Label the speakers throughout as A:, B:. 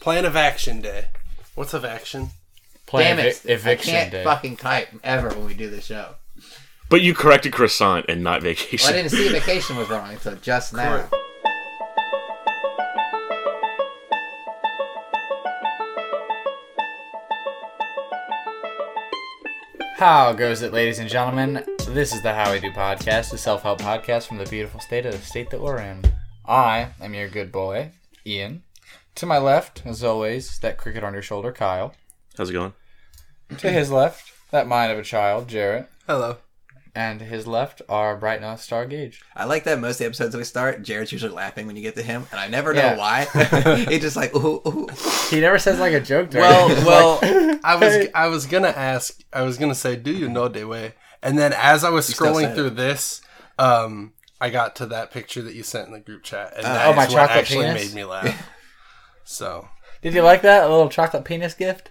A: Plan of action day. What's of action?
B: Plan
C: Damn it!
B: ev- eviction
C: I can't
B: day.
C: fucking type ever when we do the show.
D: But you corrected croissant and not
C: Well, I
D: vacation.
C: didn't see vacation was wrong until just now.
A: Correct.
B: How goes it, ladies and gentlemen? This is the How We Do podcast, a self help podcast from the beautiful state of the state that we're in. I am your good boy, Ian. To my left, as always, that cricket on your shoulder, Kyle.
D: How's it going?
B: To his left, that mind of a child, Jarrett.
A: Hello.
B: And to his left, our bright North Star Gage.
C: I like that most of the episodes we start, Jared's usually laughing when you get to him, and I never know
B: Yeah.
C: why. He's just like, ooh, ooh.
B: He never says like a joke to
A: Well,
B: her. He's
A: well,
B: like,
A: I was I was gonna ask. I was gonna say, do you know the way? And then as I was
C: still said
A: scrolling
C: it.
A: through this, um, I got to that picture that you sent in the group chat, and that's
B: oh, my
A: what
B: chocolate
A: actually
B: penis?
A: made me laugh. so
B: Did you like that? A little chocolate penis gift?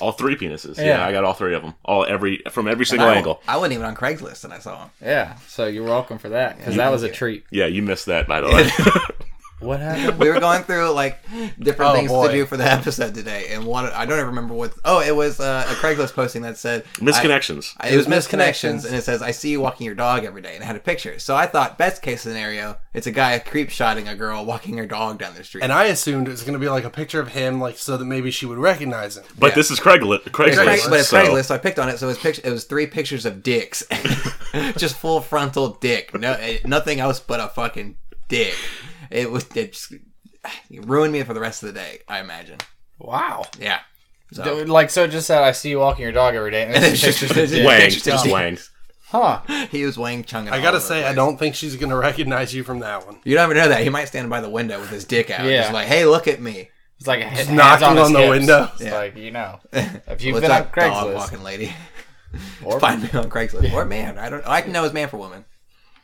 D: All three penises. Yeah.
B: Yeah.
D: I got all three of them. All every from every
C: And
D: single
C: I-
D: angle.
C: I wasn't even on Craigslist and I saw him.
B: Yeah, so you're welcome for that, because that was a treat.
D: Yeah, you missed that by the way.
B: What happened?
C: We were going through like different
A: Oh,
C: things
A: boy.
C: to do for the episode today, and one I don't even remember what. Oh, it was uh, a Craigslist posting that said I-
D: Misconnections.
C: I- it was
A: It was
C: misconnections,
A: misconnections.
C: and it says, "I see you walking your dog every day," and it had a picture. So I thought, best case scenario, it's a guy creep shotting a girl walking her dog down the street.
A: And I assumed it was going to be like a picture of him, like so that maybe she would recognize him.
D: but
C: yeah.
D: this is Craigli-
C: It's
D: Craigslist.
C: Craigslist, but it's
D: so
C: Craigslist, so I picked on it. So it was, pict- it was three pictures of dicks, just full frontal dick, no, eh, nothing else but a fucking dick. It was it, just, it ruined me for the rest of the day. I imagine.
B: wow.
C: Yeah. So.
B: Dude, Like, so it just said, I see you walking your dog every day. And it's just, pictures of dick.
D: Wang.
C: Just-
D: Just Wang.
B: Huh.
C: He was Wang Chung.
A: I gotta say, I don't think she's going to recognize you from that one.
C: You don't even know that. He might stand by the window with his dick out.
B: Yeah.
C: Just like, hey, look at me.
B: It's like a hit,
A: knocking
B: hands
A: on
B: his
A: the
B: hips.
A: window.
B: It's
C: Yeah.
B: like, you know, if you've
C: What's
B: been on
C: up, dog
B: Craigslist.
C: walking lady?
B: Or,
C: Find me on Craigslist. Or man. I don't I can know it was man for woman.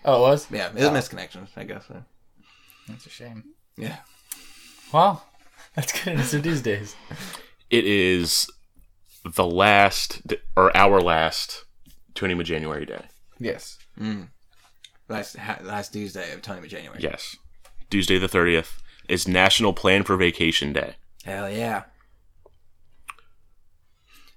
B: Oh, it was?
C: Yeah. It was misconnections, I guess. so.
B: That's a shame.
C: Yeah.
B: Wow. That's good. It's these days.
D: It is the last or our last Tunima January day.
B: Yes.
C: Last ha- last Tuesday of Tony January.
D: Yes. Tuesday the thirtieth is National Plan for Vacation Day.
C: Hell yeah.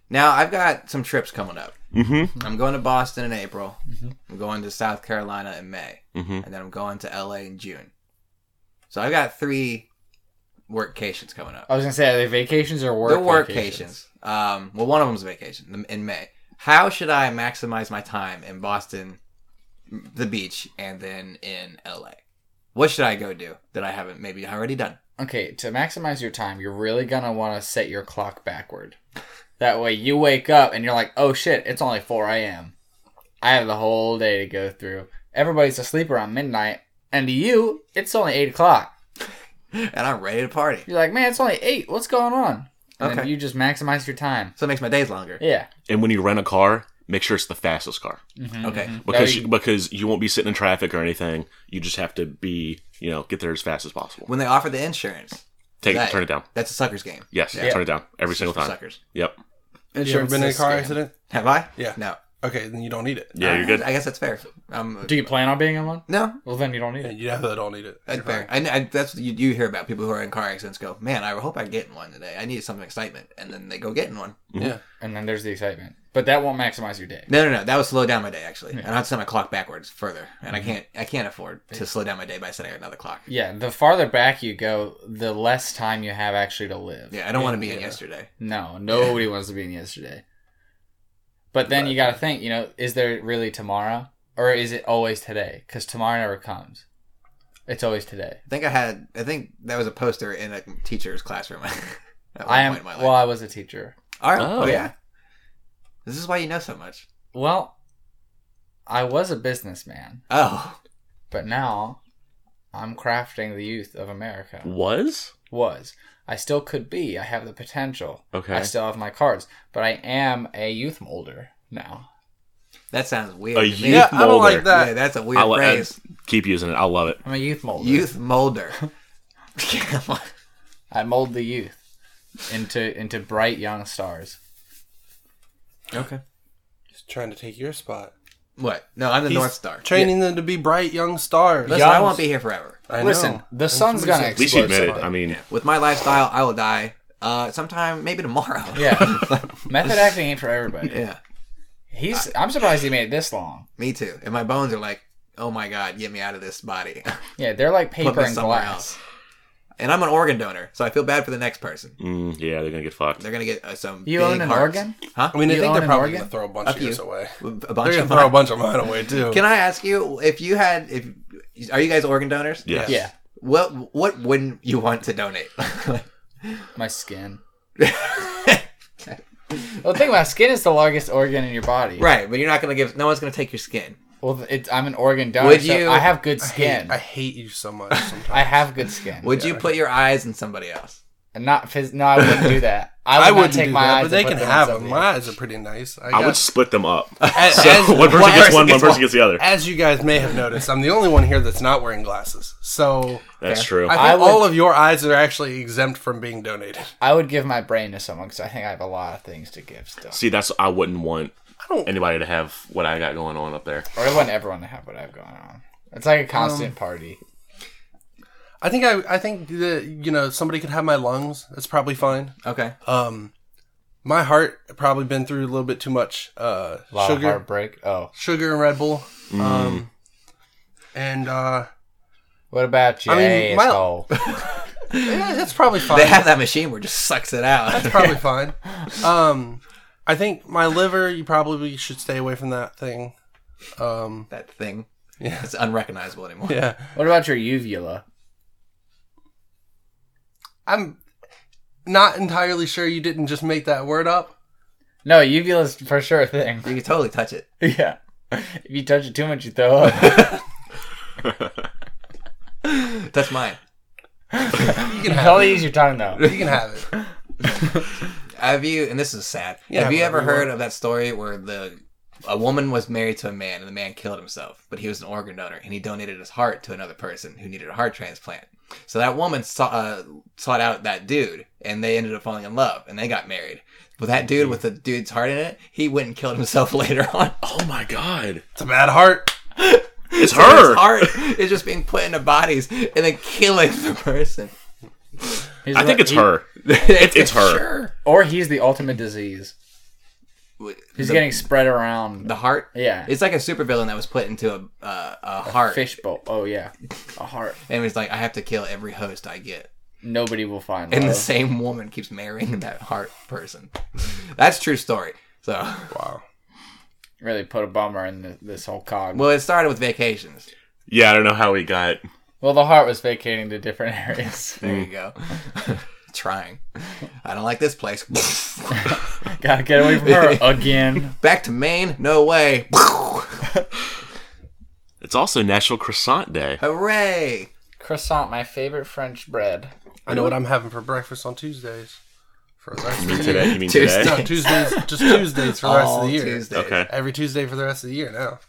C: Now I've got some trips coming up.
D: Mm-hmm.
C: I'm going to Boston in April.
B: Mm-hmm.
C: I'm going to South Carolina in May,
D: Mm-hmm.
C: and then I'm going to LA in June. So I've got three workcations coming up.
B: I was going to say, are they vacations or Uh, work
C: They're
B: vacations?
C: workcations. Um, well, one of them's a vacation the- in May. How should I maximize my time in Boston, the beach, and then in LA? What should I go do that I haven't maybe already done?
B: Okay, to maximize your time, you're really going to want to set your clock backward. That way you wake up and you're like, oh shit, it's only 4 a.m. I have the whole day to go through. Everybody's asleep around midnight, and to you, it's only 8 o'clock.
C: And I'm ready to party.
B: You're like, man, it's only 8. What's going on? And then
C: Okay.
B: you just maximize your time.
C: So it makes my days longer.
B: Yeah.
D: And when you rent a car, make sure it's the fastest car.
C: Okay.
D: because
B: Now you-
D: you, because you won't be sitting in traffic or anything. You just have to be you know get there as fast as possible.
C: When they offer the insurance,
D: Take
C: that-
D: it, turn it down.
C: That's a sucker's game.
D: Yes,
C: Yeah.
D: turn it down every single
C: For
D: time.
C: Suckers.
D: Yep.
A: You ever been in a car accident?
C: Have I?
A: Yeah.
C: No.
A: Okay, then you don't need it.
D: Yeah, you're good.
C: I guess that's fair. Um,
B: Do you plan on being in one?
C: no,
B: Well, then you don't need
A: Yeah,
B: it.
A: you definitely don't need it.
C: that's
A: You're fine.
C: fair. I, I, that's what you, you hear about people who are in car accidents go, man, I hope I get in one today. I need some excitement. And then they go get in one.
A: Yeah.
B: And then there's the excitement. But that won't maximize your day.
C: No, no, no. That would slow down my day actually, and I have to set my clock backwards further, and I can't, I can't afford to slow down my day by setting another clock.
B: Yeah, the farther back you go, the less time you have actually to live.
C: Yeah, I don't want to be in yesterday.
B: No, nobody wants to be in yesterday. But then you got to think, you know, is there really tomorrow? Or is it always today? Because tomorrow never comes. It's always today.
C: I think I had, I think that was a poster in a teacher's classroom. at one
B: I am.
C: point in my life.
B: Well, I was a teacher.
C: All right.
D: Oh.
C: Oh yeah. This is why you know so much.
B: Well, I was a businessman,
C: Oh,
B: but now I'm crafting the youth of America.
C: Mm.
D: Was
B: was. I still could be. I have the potential.
D: okay.
B: I still have my cards, but I am a youth molder now.
C: that sounds weird.
D: A
C: to
D: youth
C: me.
A: Yeah, I don't
D: molder.
A: like that.
C: Yeah, that's a weird
D: I'll, uh,
C: phrase.
D: keep using it. I love it.
B: I'm a youth molder.
C: Youth molder.
B: I mold the youth into into bright young stars.
C: okay.
A: Just trying to take your spot.
C: What? No, I'm the
A: He's
C: North Star.
A: Training them to be bright young stars.
C: Listen, I
B: Young-
C: won't be here forever.
A: I
B: Listen,
A: know.
B: the sun's gonna
D: At least he
B: explode.
D: admitted.
B: someday.
D: I mean,
C: With my lifestyle, I will die. Uh, sometime maybe tomorrow.
B: Yeah. Method acting ain't for everybody.
C: yeah.
B: He's. I'm surprised he made it this long.
C: Me too. And my bones are like, oh my god, get me out of this body.
B: Yeah, they're like
C: Put
B: paper
C: me
B: and
C: somewhere
B: glass.
C: else. And I'm an organ donor, so I feel bad for the next person.
D: mm, yeah, they're gonna get fucked.
C: They're gonna get uh, some.
B: You
C: big
B: own an
C: hearts.
B: organ?
C: Huh?
A: I mean, I
B: You
A: think
B: own
A: they're
B: an
A: probably
B: organ?
A: gonna throw a bunch
C: Up
A: of yours
C: you.
A: away.
C: A
A: They're
C: bunch
A: gonna
C: of.
A: throw a
C: Mine.
A: bunch of mine away too.
C: Can I ask you if you had if are you guys organ donors?
D: Yes.
B: Yeah,
C: What what wouldn't you want to donate?
B: my skin. Well, the thing about skin is the largest organ in your body.
C: right, but you're not gonna give. No one's gonna take your skin.
B: Well, it's, I'm an organ donor.
C: Would
B: so
C: you-
B: I have good
A: I hate,
B: skin.
A: I hate you so much. Sometimes
B: I have good skin.
C: Would you put your eyes in somebody else?
B: And not phys- No, I wouldn't do that. I would
A: I
B: not
A: wouldn't
B: take
A: do
B: my
A: that,
B: eyes.
A: but they
B: and
A: can
B: put them
A: have
B: on
A: them.
B: something.
A: My eyes are pretty nice. I,
D: I
A: got-
D: would split them up.
A: as, as-
D: one person
A: well,
D: gets
A: as-
D: one, one
A: as-
D: person gets the other.
A: As you guys may have noticed, I'm the only one here that's not wearing glasses. So
D: That's
C: fair.
D: true.
A: I think
B: I would-
A: all of your eyes are actually exempt from being donated.
B: I would give my brain to someone because I think I have a lot of things to give still.
D: See, that's I wouldn't want
A: I don't.
D: anybody to have what I got going on up there.
B: Or I want everyone to have what I have going on. It's
A: Um,
B: like a constant party.
A: I think I. I think that you know somebody could have my lungs. That's probably fine.
C: Okay.
A: Um, my heart probably been through a little bit too much uh,
B: A lot of Mm.
A: sugar,
B: heartbreak. Oh,
A: sugar and Red Bull. Um, and uh,
B: what about you?
A: I mean,
B: Hey,
A: my-
B: asshole?
A: yeah, that's probably fine.
C: They have that machine where it just sucks it out.
A: That's probably fine. Um, I think my liver. You probably should stay away from that thing. Um,
C: that thing.
A: Yeah.
C: It's unrecognizable anymore.
A: yeah,
B: What about your uvula?
A: I'm not entirely sure you didn't just make that word up.
B: No, uvula is for sure a thing.
C: You can totally touch it.
B: yeah. If you touch it too much, you throw up.
C: Touch mine.
A: You
B: you
A: can
B: can
A: have.
B: only use your tongue though.
A: It. You can have it.
C: Have you? And this is sad.
A: Yeah,
C: have you ever
A: whatever you
C: heard of that story where the a woman was married to a man and the man killed himself, but he was an organ donor and he donated his heart to another person who needed a heart transplant. So that woman saw, uh, sought out that dude, and they ended up falling in love, and they got married. But that dude with the dude's heart in it, he went and killed himself later on.
D: Oh my god,
A: It's a bad heart.
D: it's
C: So his
D: her.
C: heart is just being put into bodies and then killing the person.
B: He's
D: I think
B: the-
D: it's
B: he-
D: her. It's, it's her.
C: Sure.
B: Or he's the ultimate disease. He's
C: the,
B: getting spread around.
C: the heart.
B: yeah.
C: It's like a supervillain that was put into a uh, a heart,
B: Fishbowl. Oh yeah, a heart.
C: and was like, I have to kill every host I get,
B: Nobody will find.
C: and
B: love.
C: the same woman keeps marrying that heart person. That's true story. So,
A: Wow.
B: really put a bummer in th this whole cog. Well,
C: well, it started with vacations.
D: Yeah, I don't know how he got.
B: the heart was vacating to different areas.
C: There you go. Trying. I don't like this place.
B: Gotta get away from her again.
C: Back to Maine? No way.
D: It's also National Croissant Day.
C: Hooray!
B: Croissant, my favorite French bread.
A: I know what I'm having for breakfast on Tuesdays. For the rest of the year.
D: Today, you mean
C: Tuesday.
A: No,
D: today?
A: Tuesdays. Just Tuesdays for the rest of
C: All
A: the year.
C: Tuesdays.
D: Okay.
A: Every Tuesday for the rest of the year now.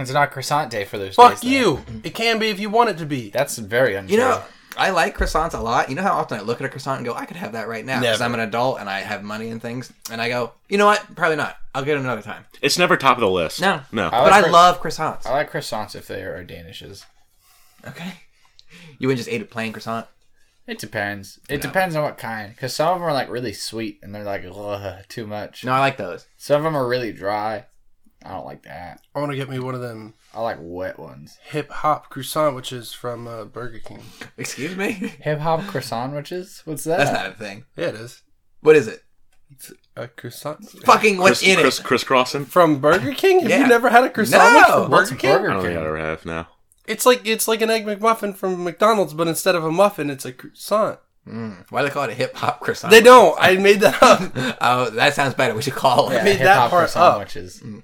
B: It's not croissant day for those.
A: Fuck
B: days, though.
A: you. It can be if you want it to be.
B: That's very untrue.
C: You know, I like croissants a lot. You know how often I look at a croissant and go, I could have that right now because
A: Never.
C: I'm an adult and I have money and things. And I go, you know what? Probably not. I'll get it another time.
D: It's never top of the list.
C: No.
D: no.
B: I
C: but
B: like
C: I
B: cro-
C: love croissants.
B: I like croissants if they are danishes.
C: Okay. You wouldn't just eat a plain croissant.
B: It depends. It depends on what kind. Because some of them are like really sweet and they're like ugh, too much.
C: No, I like those.
B: Some of them are really dry. I don't like that.
A: I want to get me one of them
B: I like wet ones.
A: hip hop croissant, which is from uh, Burger King.
C: Excuse me?
B: Hip hop croissant, which is what's that?
C: That's not a thing.
A: Yeah, it is.
C: What is it?
A: A croissant
C: Fucking what's
D: Chris,
C: in
D: Chris,
C: it?
D: crisscrossing.
A: from Burger King. Have
C: Yeah.
A: you never had a croissant
C: No.
A: much from
B: What's
A: Burger King?
D: I
B: Burger
D: don't think I
B: King?
D: ever have now.
A: It's like it's like an egg McMuffin from McDonald's, but instead of a muffin, it's a croissant.
C: Mm, why do they call it a hip hop croissant?
A: Hmm. They don't. I made that up.
C: Oh, that sounds better. We should call it.
B: Yeah,
A: made that
B: hip-hop
A: part
B: croissant,
A: up.
B: Which is
C: Well,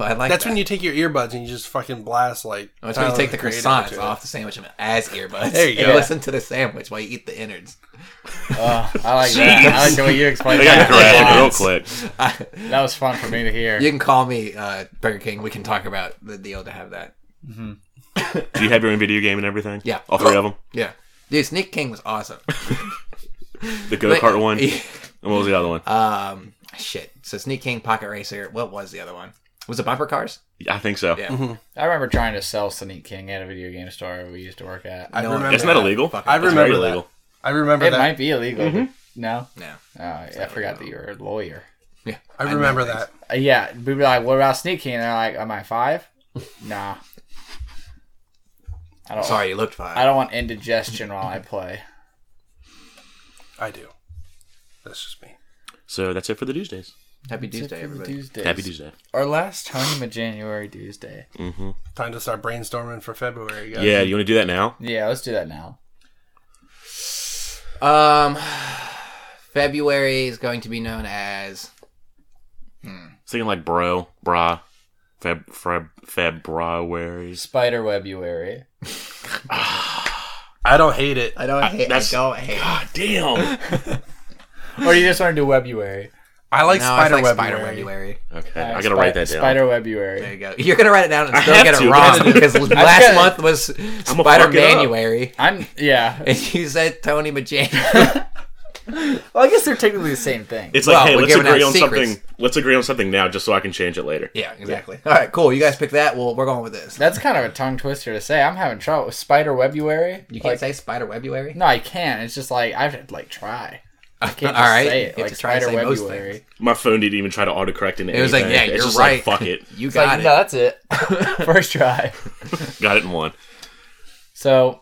C: I like
A: That's
C: that.
A: when you take your earbuds and you just fucking blast like.
C: Oh, That's when you
A: Tyler,
C: take the
A: Creator
C: croissants
A: to it.
C: off the sandwich and as earbuds.
A: There you
C: And
A: go.
C: listen to the sandwich while you eat the innards.
B: Oh, I like that. I like the way you explained
D: They
B: that.
D: got grabbed real quick.
B: That was fun for me to hear.
C: You can call me uh, Burger King. We can talk about the deal to have that.
D: Do you have your own video game and everything?
C: Yeah.
D: all three of them.
C: Yeah, dude, Sneak King was awesome.
D: The go kart one. And what was the other one?
C: um, shit. So Sneak King, Pocket Racer. What was the other one? Was it bumper cars?
D: I think so.
C: Yeah.
B: I remember trying to sell Sonic King at a video game store we used to work at.
A: I
C: No,
A: remember.
D: Isn't that
A: that.
D: illegal?
C: Fucking-
A: I
D: That's
A: remember
D: very
A: that.
D: illegal.
A: I remember
B: it
A: that.
B: might be illegal.
C: Mm-hmm.
B: but- No,
C: No.
B: oh, I forgot that you're a lawyer.
C: Yeah.
A: I remember
C: know
A: that.
B: Uh, yeah, we'd be like, "What about Sneak King?" And they're like, "Am I five? nah, I don't.
C: Sorry, you looked fine.
B: I don't want indigestion while I play.
A: I do. That's just me.
D: So that's it for the Tuesdays.
C: Happy Tuesday,
B: Except for the
C: everybody.
B: Tuesdays.
D: Happy Tuesday.
B: Our last Tony of January Tuesday.
A: Time to start brainstorming for February, guys.
D: Yeah, you want to do that now?
B: Yeah, let's do that now.
C: Um, February is going to be known as
D: Thinking like bro, bra, feb, feb, February.
B: Spider Webuary.
A: I don't hate it.
C: I don't hate.
D: that's-
C: don't hate.
D: God damn.
B: or you just want to do Webuary.
A: I like
C: no,
A: spider
C: it's
A: web.
C: like spider webuary.
D: Okay,
C: Uh,
D: I gotta write that down.
B: Spider
C: There
B: Webuary.
C: you go. You're gonna write it down and
D: I
C: still
D: have
C: get it
D: to.
C: wrong because last
B: gonna-
C: month was
D: gonna fuck it
C: Spider
D: up.
C: Manuary,
B: I'm yeah.
C: and you said Tony Majan.
B: Well, I guess they're technically the same thing.
D: It's like,
C: Well,
D: hey,
C: we're
D: let's
C: giving
D: agree
C: out
D: on
C: secrets.
D: something. Let's agree on something now, just so I can change it later.
C: yeah, exactly. All right, cool. You guys pick that. Well, we're going with this.
B: That's kind of a tongue twister to say. I'm having trouble with Spider Webuary.
C: You
B: like,
C: can't say Spider Webuary.
B: No, I can't. It's just like I have to like try. I can't
C: All
B: just
C: right,
B: say
C: you
B: it.
C: have
B: Like
C: to try to
B: Spider
C: say most
B: Webuary.
C: things.
D: My phone didn't even try to autocorrect in
C: It was like, yeah,
D: it's
C: you're
D: just
C: right.
D: Like, fuck it,
C: You
B: It's like,
C: got it.
B: no, that's it. First try.
D: got it in one.
B: So,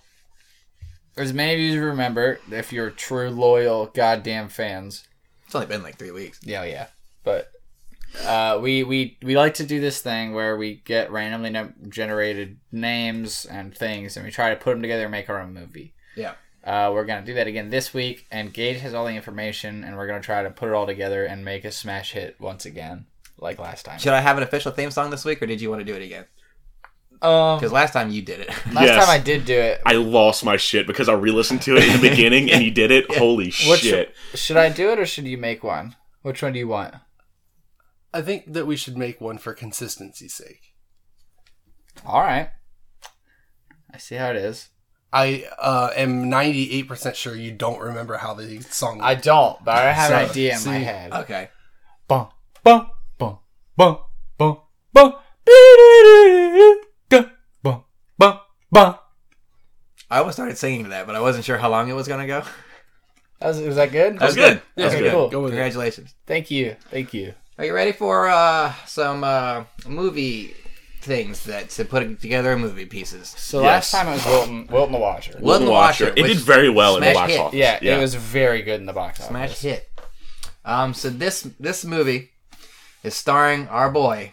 B: as many of you as remember, if you're true loyal goddamn fans,
C: It's only been like three weeks.
B: yeah, oh, yeah. But uh, we we we like to do this thing where we get randomly num- generated names and things, and we try to put them together and make our own movie.
C: Yeah.
B: Uh, we're gonna do that again this week, and Gage has all the information, and we're gonna try to put it all together and make a smash hit once again, like last time.
C: Should I have an official theme song this week, or did you want to do it again?
B: Um,
C: Because last time you did it.
B: last
D: Yes.
B: time I did do it.
D: I lost my shit because I re-listened to it in the beginning, and you did it. Holy
B: What's-
D: shit!
B: Should I do it or should you make one? Which one do you want?
A: I think that we should make one for consistency's sake.
B: All right. I see how it is.
A: I uh, am 98% sure you don't remember how the song
B: I don't, but I have an
A: So,
B: idea in my
A: see,
B: head.
C: okay.
B: Bum, bum, bum, bum, bum, bum, bum, bum, bum, bum.
C: I almost started singing to that, but I wasn't sure how long it was gonna go.
B: That was, was that good?
C: That was
D: good.
C: good.
A: Yeah,
D: That's
B: okay,
D: good.
B: cool.
A: Go with it.
C: Congratulations.
B: Thank you. Thank you.
C: Are you ready for uh, some uh, movie things that to put together movie pieces?
B: So
D: Yes.
B: last time it was Wilton, Wilton the Watcher.
C: Will
D: Golden Watcher. It did very well in the box office.
B: yeah, it was very good in the box office.
C: Smash hit. Um, so this this movie is starring our boy.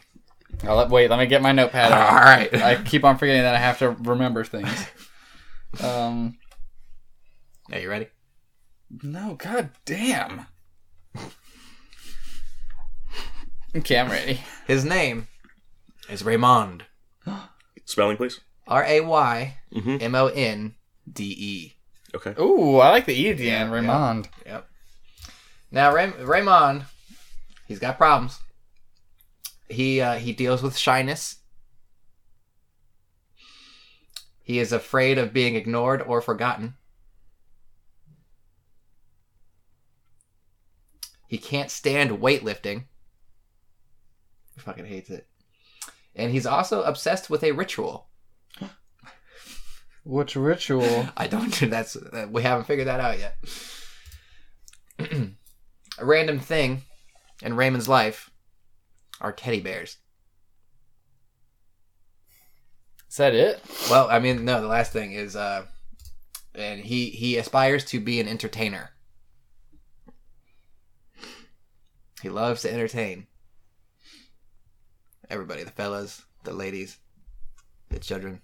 B: Now, let- wait, let me get my notepad
C: All
B: out.
C: right.
B: I keep on forgetting that I have to remember things. Um,
C: Are you ready?
B: no, god damn. Okay, I'm ready.
C: His name is Raymond.
D: Spelling, please.
C: R A Y
D: Mhm.
C: M O N D E.
D: Okay.
B: Ooh, I like the E at the end,
C: Yeah,
B: Raymond.
C: Yep. Now Ray- Raymond, he's got problems. He uh, he deals with shyness. He is afraid of being ignored or forgotten. He can't stand weightlifting. He fucking hates it. And he's also obsessed with a ritual.
B: Which ritual?
C: I don't. That's uh, we haven't figured that out yet. a random thing in Raymond's life are teddy bears.
B: Is that it?
C: Well, I mean, no. The last thing is, uh, and he he aspires to be an entertainer. He loves to entertain everybody, the fellas, the ladies, the children.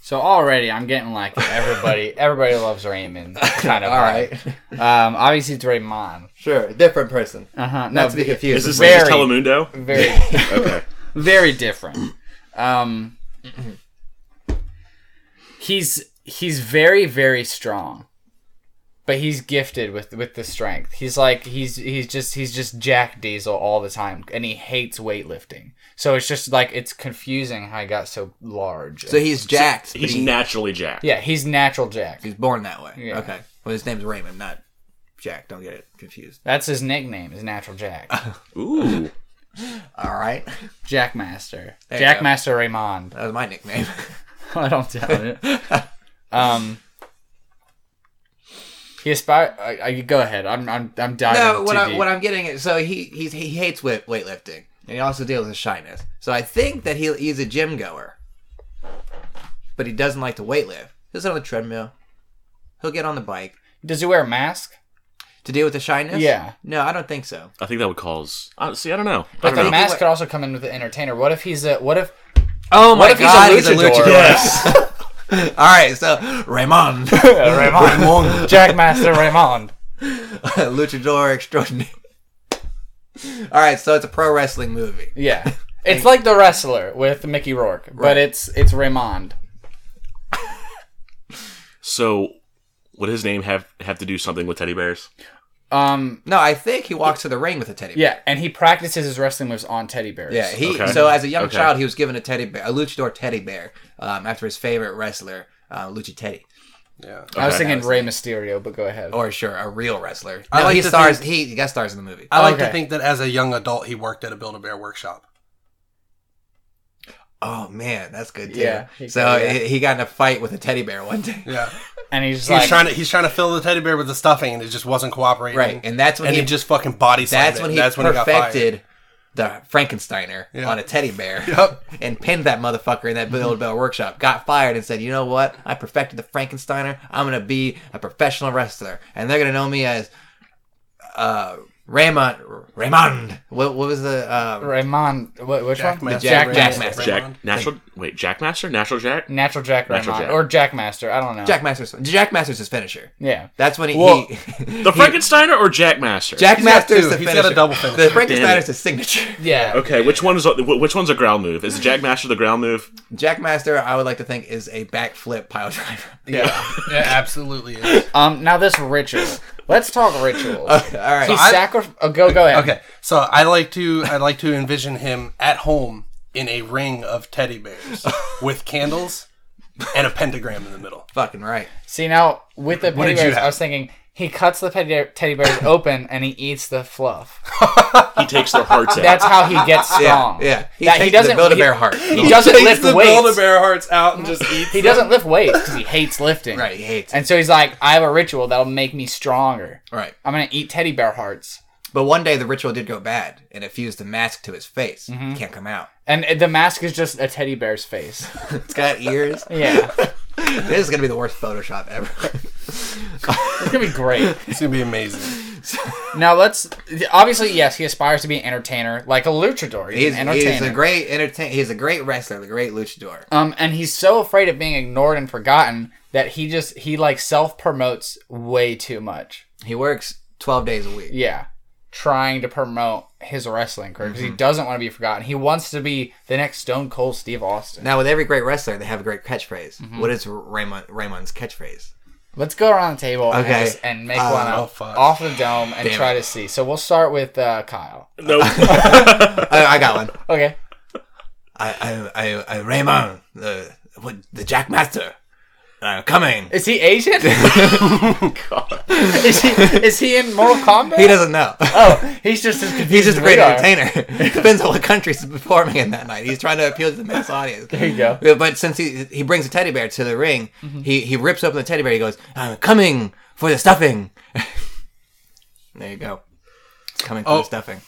B: So already I'm getting like everybody everybody loves Raymond kind of
C: All right,
B: Um obviously it's Raymond.
C: sure, different person.
B: Uh-huh.
C: Not
B: No,
C: to be
B: be-
D: Is
C: confused.
D: this, is
B: Very-
D: this Telemundo?
B: very
D: Okay.
B: very different. Um He's he's very very strong. But he's gifted with with the strength. He's like he's he's just he's just Jack Diesel all the time and he hates weightlifting. So it's just like it's confusing how he got so large.
C: so he's jacked. but
D: He's
C: he-
D: naturally jacked.
B: yeah, he's natural Jack.
C: He's born that way.
B: Yeah.
C: Okay. Well, his name's Raymond, not Jack. Don't get it confused.
B: That's his nickname, is Natural Jack.
D: Ooh.
C: All right.
B: Jackmaster.
C: you go.
B: Jackmaster Raymond.
C: That was my nickname.
B: I don't doubt it. um, he aspire. I, I, go ahead. I'm I'm I'm diving
C: no, what,
B: too
C: I,
B: deep.
C: what I'm getting at, so he he's, he hates weight, weightlifting, and he also deals with shyness. So I think that he he's a gym goer, but he doesn't like to weightlift. He'll sit on the treadmill. He'll get on the bike
B: Does he wear a mask?
C: to deal with the shyness.
B: Yeah.
C: No, I don't think so.
D: I think that would cause. Uh, see, I don't know. I
B: But
D: don't
B: the
D: know.
B: mask could also come in with the entertainer. What if he's a? What if?
C: Oh
B: What if he's a luchador?
D: yes.
C: All right, so Raymond,
B: Raymond. Jackmaster Raymond.
C: luchador extraordinaire. All right, so it's a pro wrestling movie.
B: Yeah. It's like the wrestler with Mickey Rourke, but it's it's Raymond.
D: so, would his name have have to do something with teddy bears?
B: Um.
C: No, I think he walks to the ring with a teddy bear.
B: Yeah, and he practices his wrestling moves on teddy bears.
C: Yeah, he.
D: Okay.
C: So as a young
D: Okay.
C: child, he was given a teddy bear, a luchador teddy bear, um, after his favorite wrestler, uh, Lucha Teddy,
A: Yeah.
B: I was
D: Okay.
B: thinking Rey Mysterio, but go ahead.
C: or sure, a real wrestler.
A: I
C: No,
A: like
C: he
A: to
C: stars. He, he guest stars in the movie.
A: I like to
B: Okay.
A: think that as a young adult, he worked at a Build a Bear workshop.
C: Oh man, that's good too.
B: Yeah, he-
C: so
B: yeah.
C: He, he got in a fight with a teddy bear one day,
A: Yeah,
B: and he's just
A: he's
B: like,
A: trying to he's trying to fill the teddy bear with the stuffing, and it just wasn't cooperating.
C: right? And that's when
A: and
C: he,
A: he just fucking body slammed
C: that's
A: it.
C: when he
A: that's when he got fired.
C: perfected the Frankensteiner
A: Yeah.
C: on a teddy bear.
A: Yep.
C: And pinned that motherfucker in
A: Mm-hmm.
C: that Build Bell workshop. Got fired and said, "You know what? I perfected the Frankensteiner. I'm gonna be a professional wrestler, and they're gonna know me as uh, Raymond. Raymond. What, what was the uh,
B: Raymond, what, which one? The Jack,
A: Raymond-
C: Jackmaster.
A: Raymond.
D: Jack natural. Wait, Jackmaster, natural Jack.
B: Natural Jack
D: Natural
B: Raymond,
D: Jack.
B: or Jackmaster. I don't know.
C: Jack Masters? Jack Masters is finisher.
B: Yeah.
C: That's when he.
B: Well,
C: he
D: The Frankensteiner or Jackmaster?
C: Jack
A: He's got
C: Masters
A: two.
C: the
A: He's
C: finisher.
A: got a double finisher.
C: The
A: Damn
C: Frankensteiner's the signature.
B: Yeah.
D: Okay, which one is wh- which one's a ground move? Is Jackmaster the ground move?
C: Jack Master, I would like to think, is a backflip pile driver.
A: Yeah, yeah, absolutely. Is.
B: Um. Now this ritual. Let's talk ritual.
C: All right.
B: he sacrificed. Oh, go go ahead.
A: Okay, so I like to I like to envision him at home in a ring of teddy bears with candles and a pentagram in the middle.
C: Fucking right.
B: See now with the teddy
A: did you
B: bears, I
A: have?
B: was thinking he cuts the teddy, teddy bears open and he eats the fluff.
D: He takes their hearts out.
B: That's how he gets
C: Yeah,
B: strong.
C: yeah. He
B: That
C: takes
B: he doesn't
C: the Build-A-Bear heart.
B: He, doesn't lift weights.
A: hearts out and just eats.
B: He doesn't lift weights because he hates lifting.
C: Right, he hates it.
B: And so he's like, I have a ritual that'll make me stronger.
C: Right.
B: I'm gonna eat teddy bear hearts.
C: But one day the ritual did go bad, and it fused the mask to his face. Can't come out.
B: And uh, the mask is just a teddy bear's face.
C: It's got ears.
B: Yeah.
C: this is gonna be the worst Photoshop ever.
B: It's gonna be great.
A: It's gonna be amazing.
B: Now let's obviously yes, he aspires to be an entertainer, like a luchador. He's,
C: He's,
B: an entertainer.
C: he's a great entertain. He's a great wrestler, the great luchador.
B: um, and he's so afraid of being ignored and forgotten that he just he like self promotes way too much.
C: He works twelve days a week.
B: Yeah, trying to promote his wrestling career
C: Mm-hmm.
B: because he doesn't want to be forgotten. He wants to be the next Stone Cold Steve Austin.
C: Now, with every great wrestler, they have a great catchphrase. What is Raymond Raymond's catchphrase?
B: Let's go around the table and
C: Okay.
B: just- and, make one
A: oh,
B: up
A: fuck.
B: off the dome and
C: Damn
B: try
C: it.
B: to see. So we'll start with uh, Kyle.
D: no.
C: I, Oh, I got one.
B: Okay.
C: I, I, I, I Raymond, the what, the Jackmaster, Uh, I'm coming.
B: Is he Asian? Is he is he in Mortal Kombat?
C: He doesn't know.
B: Oh, he's just as confused
C: He's just a
B: as
C: great
B: we are.
C: entertainer. Depends on what country's performing in that night. He's trying to appeal to the mass audience. There
B: you go.
C: But since he he brings a teddy bear to the ring, he he rips open the teddy bear. He goes, "I'm coming for the stuffing." there you go. It's coming for
A: Oh.
C: the stuffing.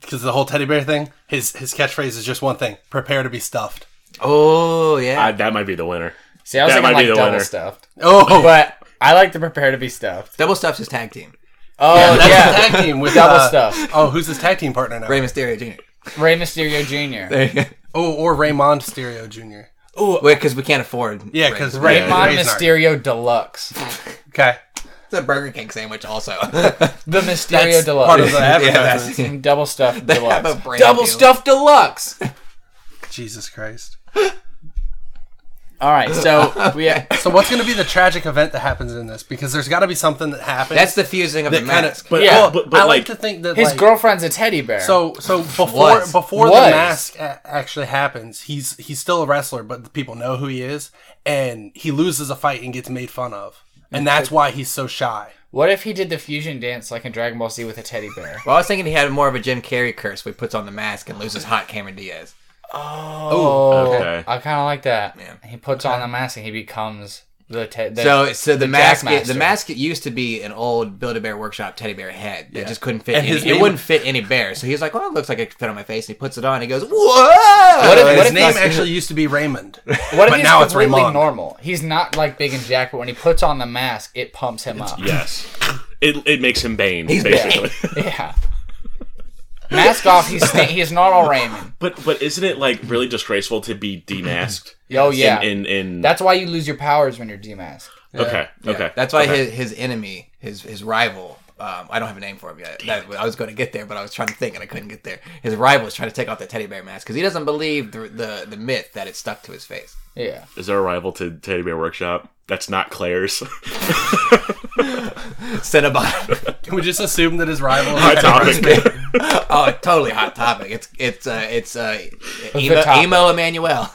A: Because the whole teddy bear thing, his his catchphrase is just one thing: prepare to be stuffed.
C: Oh yeah.
D: I, that might be the winner.
B: See, I was
D: That
B: thinking
D: might
B: like
D: be the
B: double
D: winner.
B: stuffed,
A: Oh,
B: but I like to prepare to be stuffed.
C: Double stuffs his tag team.
B: Oh yeah,
A: that's his tag team with
B: double
A: uh,
B: stuffed.
A: Oh, who's his tag team partner now?
C: Rey Mysterio Jr.
B: Rey Mysterio Jr.
C: There you go.
A: oh, or Raymond Stereo Jr.
C: because we can't afford.
A: Yeah,
C: Rey.
A: because
B: Raymond Mysterio Deluxe.
A: Okay,
C: it's a Burger King sandwich. Also,
B: The Mysterio
A: that's
B: Deluxe.
A: part of the
C: Yeah,
A: advertisement.
C: that's-
B: And double stuffed
C: have a
B: deluxe.
C: brand
B: Double
C: new-
B: stuffed deluxe.
A: Jesus Christ.
B: All right, so we
A: So what's going to be the tragic event that happens in this? Because there's got to be something that happens.
C: that's the fusing of the
A: that kind
C: mask.
A: of.
D: But-
B: Yeah.
A: well,
D: but- but,
A: I like,
D: like,
A: to think that
B: his
A: like,
B: girlfriend's a teddy bear.
A: So so before
C: Was.
A: before
B: Was.
A: the mask a- actually happens, he's he's still a wrestler, but the people know
B: Mm-hmm.
A: who he is, and he loses a fight and gets made fun of, and that's why he's so shy.
B: What if he did the fusion dance like in Dragon Ball Z with a teddy bear?
C: Well, I was thinking he had more of a Jim Carrey curse where he puts on the mask and loses hot Cameron Diaz.
B: Oh,
D: okay.
B: I kind of like that.
C: Yeah.
B: He puts on the mask and he becomes the teddy.
C: so, so the,
B: Jack
C: mask,
B: Master.
C: the mask it used to be an old Build a Bear Workshop teddy bear head that just couldn't fit.
A: And
C: Any,
A: his
C: it
A: name-
C: wouldn't fit any bear. So he's like, "Well, it looks like it could fit on my face." And he puts it on. and He goes, "Whoa!"
B: What if-
A: Uh, his
B: what if
A: name
B: that's-
A: actually used to be Raymond,
B: what if
A: but
B: he's
A: now it's
B: completely
A: Raymond.
B: normal? He's not like big and jack, but when he puts on the mask, it pumps him up.
D: Yes. It, it makes him Bane, basically.
B: Yeah. Mask off. He's sta- he's not all Raymond.
D: but but isn't it like really disgraceful to be demasked?
B: Oh yeah.
D: In in, in
B: That's why you lose your powers when you're demasked.
D: okay okay.
C: That's why
D: okay.
C: his, his enemy, his his rival. Um, I don't have a name for him yet. That, I was going to get there, but I was trying to think and I couldn't get there. His rival is trying to take off the teddy bear mask because he doesn't believe the, the the myth that it's stuck to his face.
B: Yeah.
D: is there a rival to Teddy Bear Workshop? That's not Claire's.
C: Cinnabon.
A: Can we just assume that his rival? is
D: Hot
A: Teddy Bear's
D: topic.
A: name?
C: oh, totally hot topic. It's it's uh, it's uh, emo,
B: topic?
C: emo Emmanuel.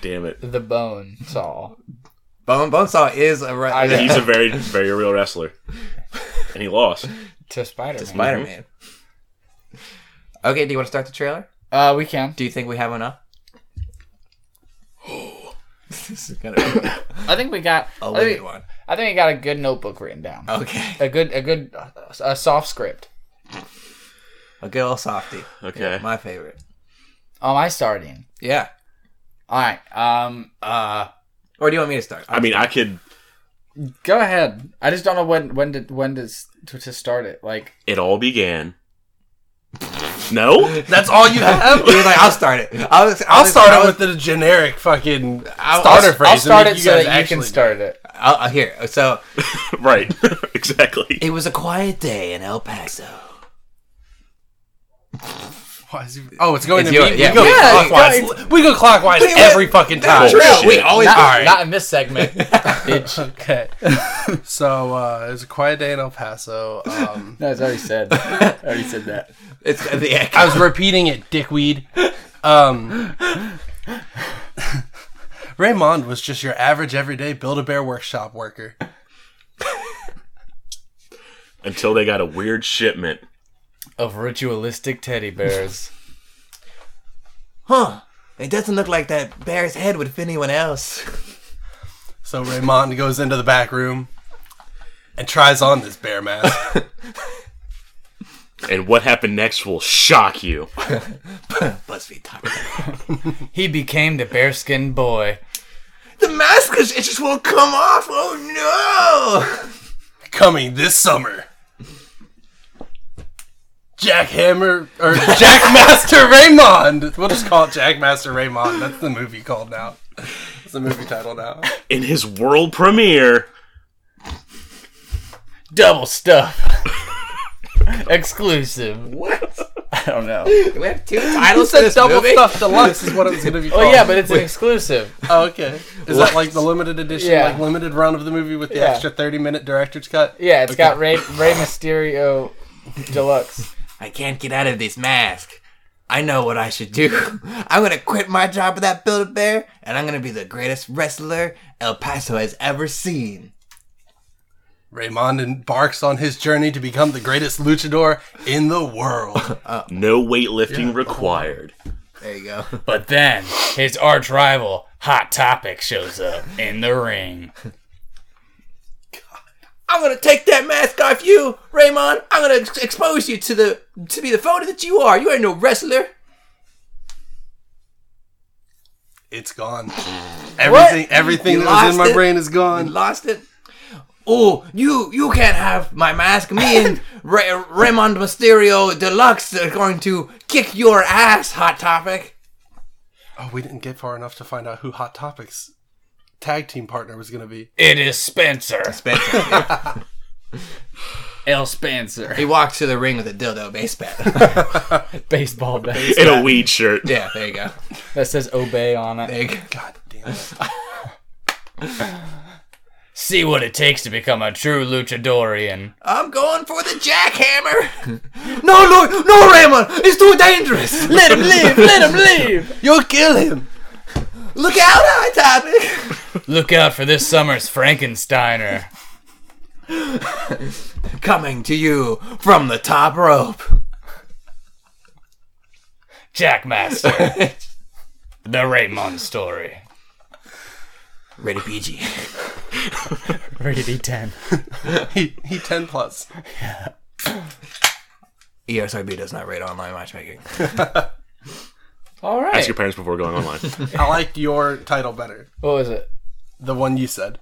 D: Damn it.
B: The bone saw.
C: Bone Bonesaw is a
B: I-
D: He's
C: Spider
D: a very very real wrestler, and he lost.
B: To Spider Man.
C: Man. Mm-hmm. Okay, do you want to start the trailer?
B: uh, we can.
C: Do you think we have enough? this is gonna be
B: I think we got.
A: Oh,
C: a
B: I
C: weird
B: think,
C: one.
B: I think we got a good notebook written down.
C: Okay,
B: A good, a good, uh, a soft script.
C: a good old softy.
D: Okay.
C: My favorite.
B: Am Oh, I starting?
C: Yeah.
B: All right. Um. Uh.
C: Or do you want me to start?
D: I mean, I could
B: Go ahead. I just don't know when when to when to s- to, to start it. Like
D: It all began. No?
A: That's all you have.
C: He's like, I'll start it. I'll, I'll,
A: I'll start it with the generic fucking
C: I'll-
A: starter
C: I'll
A: phrase.
B: I'll
A: and
B: start
A: then
B: it so
A: guys
B: that you can
A: actually-
B: start it.
C: I'll, I'll- here. So
D: right. exactly.
C: it was a quiet day in El Paso.
A: Why is he- Oh, it's going
C: It's
A: to
C: your-
A: be.
C: yeah.
A: We go
C: Yeah,
A: clockwise.
C: it's-
A: we go clockwise
C: Wait, wait.
A: every fucking
C: Oh,
A: time.
D: True. Bullshit.
C: We always
B: Not,
C: all right.
B: not in this segment, bitch.
A: Okay. so uh, it was a quiet day in El Paso. Um,
B: No, it's already said. I already said that.
C: It's uh, the
A: I was repeating it, dickweed. Um, Raymond was just your average everyday Build a Bear workshop worker.
D: Until they got a weird shipment.
B: Of ritualistic teddy bears.
C: huh. It doesn't look like that bear's head would fit anyone else.
A: So Raymond goes into the back room and tries on this bear mask.
D: And what happened next will shock you.
C: BuzzFeed talk about
B: he became the bearskin boy.
C: The mask is, it just won't come off. Oh no!
A: coming this summer. Jack Hammer or Jack Master Raymond. We'll just call it Jack Master Raymond. That's the movie called now. That's the movie title now.
D: In his world premiere,
B: Double stuff. Exclusive. What? I don't know.
C: Do we have two titles for this movie?
A: deluxe is what it's gonna be called.
B: Well, yeah, but it's an exclusive.
A: oh, okay. Is that like the limited edition,
B: Yeah.
A: like limited run of the movie with the
B: Yeah.
A: extra thirty minute director's cut?
B: Yeah, it's got Ray Ray Mysterio Deluxe.
C: I can't get out of this mask. I know what I should do. I'm gonna quit my job with that Build a Bear, and I'm gonna be the greatest wrestler El Paso has ever seen.
A: Raymond embarks on his journey to become the greatest luchador in the world.
D: no weightlifting required.
C: There you go.
B: But then his arch rival, Hot Topic, shows up in the ring.
C: I'm gonna take that mask off you, Raymond. I'm gonna ex- expose you to the to be the phony that you are. You ain't no wrestler.
A: It's gone. Everything, everything
C: You
A: that was in
C: lost
A: my
C: it?
A: brain is gone.
C: and lost it. Oh, you you can't have my mask. Me and Ra- Raymond Mysterio Deluxe are going to kick your ass, Hot Topic.
A: Oh, we didn't get far enough to find out who Hot Topics tag team partner was going to be.
B: It is Spencer.
C: Spencer.
B: L. Spencer.
C: he walks to the ring with a dildo base bat.
B: Baseball bat
D: In a weed shirt.
C: yeah, there you go.
B: that says obey on it.
C: There you go.
A: God damn it.
B: See what it takes to become a true luchadorian.
C: I'm going for the jackhammer. no, Lord, no, Raymond. It's too dangerous.
B: Let him leave! Let him leave!
A: You'll kill him!
C: Look out, Hot Topic.
B: Look out for this summer's Frankensteiner.
C: Coming to you from the top rope.
B: Jackmaster. the Raymond story.
C: Ready PG.
B: Rated E10.
A: he he ten plus.
C: ESRB does not rate online matchmaking.
B: All right.
D: Ask your parents before going online.
A: I liked your title better.
B: What was it?
A: The one you said.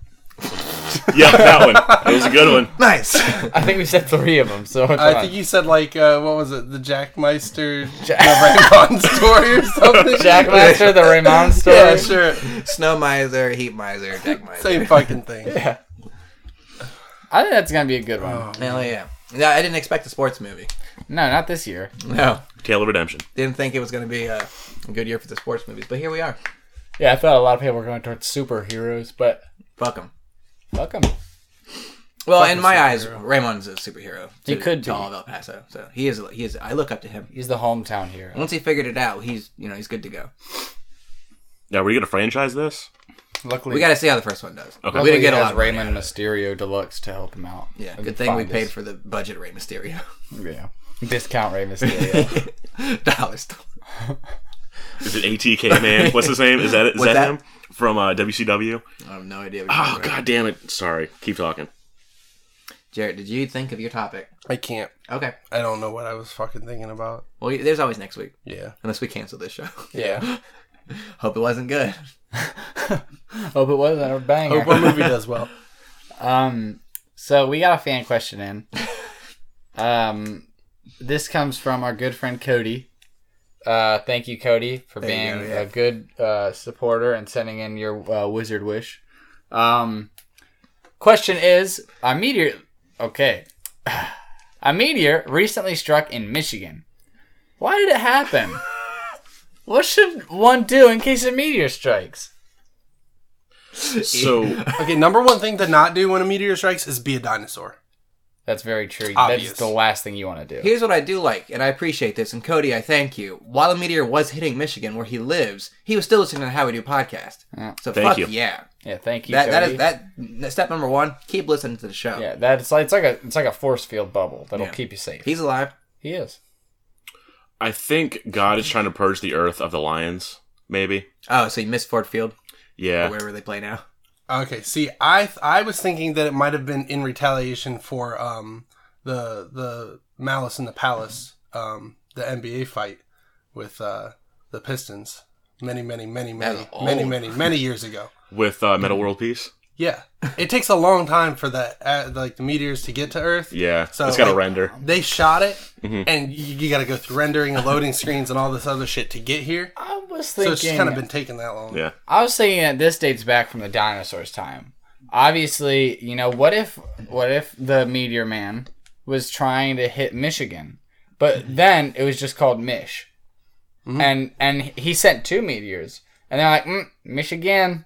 D: yeah, that one. It was a good one.
C: Nice.
B: I think we said three of them. So it's
A: I
B: fine.
A: think you said like uh, what was it? The Jackmeister
B: Jack-
A: Raymond story or something.
B: Jackmaster, the Raymond story.
A: Yeah, sure.
C: Snow miser, heat miser, deck miser.
A: Same fucking thing.
B: I think that's gonna be a good one.
C: Hell yeah. Yeah, I didn't expect a sports movie.
B: No, not this year.
C: No.
D: Tale of Redemption.
C: Didn't think it was going to be uh, a good year for the sports movies, but here we are.
B: Yeah, I thought a lot of people were going towards superheroes, but
C: Fuck them.
B: welcome.
C: Well, in my eyes, Raymond's a superhero. To,
B: He could
C: to
B: be.
C: all of El Paso. So he is. He is. I look up to him.
B: He's the hometown hero.
C: Once he figured it out, he's you know he's good to go.
D: Now, were you gonna franchise this?
B: Luckily,
C: We got to see how the first one does.
D: Okay.
C: We
B: luckily
C: didn't get
B: he
C: a
B: has
C: lot. of money.
B: Raymond Mysterio Deluxe to help him out.
C: Yeah,
B: It'd
C: good
B: be
C: thing we
B: fine
C: paid
B: this-
C: for the budget Rey Mysterio.
B: Yeah. Discount Rey Mysterio.
C: Dollars.
D: Is it ATK man? What's his name? Is that is
C: What's
D: that,
C: that?
D: him from uh, WCW?
C: I have no idea. What you're
D: Oh
C: talking about.
D: god damn it! Sorry, keep talking.
C: Jarrett, did you think of your topic?
A: I can't.
C: Okay.
A: I don't know what I was fucking thinking about.
C: Well, y- there's always next week,
A: Yeah.
C: unless we cancel this show.
A: Yeah.
C: Hope it wasn't good.
B: Hope it wasn't a banger.
A: Hope our movie does well.
B: Um, so we got a fan question in. Um, this comes from our good friend Cody. Uh, thank you, Cody, for
C: Thank you,
B: being
C: yeah.
B: a good uh, supporter and sending in your uh, wizard wish. Um, question is a meteor. Okay, a meteor recently struck in Michigan. Why did it happen? what should one do in case a meteor strikes?
D: So
A: Okay, number one thing to not do when a meteor strikes is be a dinosaur.
B: That's very true.
A: Obvious.
B: That's the last thing you want to do.
C: Here's what I do like, and I appreciate this. And Cody, I thank you. While the meteor was hitting Michigan, where he lives, he was still listening to the How We Do podcast.
B: Yeah.
C: So
D: Thank
C: fuck
D: you.
C: yeah.
B: yeah, thank you.
C: That that
B: Cody.
C: is that n- step number one. Keep listening to the show.
B: Yeah, that's like it's like a it's like a force field bubble that'll
C: Yeah.
B: keep you safe.
C: He's alive.
B: He is.
D: I think God is trying to purge the earth of the lions. Maybe.
C: Oh, so you missed Ford Field, or
D: Yeah.
C: wherever they play now.
A: Okay, see, I I was thinking that it might have been in retaliation for um the the Malice in the Palace um the NBA fight with uh the Pistons many many many many
C: That's
A: many
C: old.
A: many many years ago.
D: With uh, Metal World Peace.
A: Yeah, it takes a long time for that uh, like the meteors to get to Earth.
D: Yeah.
A: So,
D: it's got to
A: like- um,
D: render.
A: They shot it, and you, you got to go through rendering and loading screens and all this other shit to get here.
B: I was
A: So
B: thinking.
A: it's just kind of been taking that long.
D: Yeah.
B: I was thinking that this dates back from the dinosaurs' time. Obviously, you know what if what if the meteor man was trying to hit Michigan, but then it was just called Mish, and and he sent two meteors, and they're like mm, Michigan,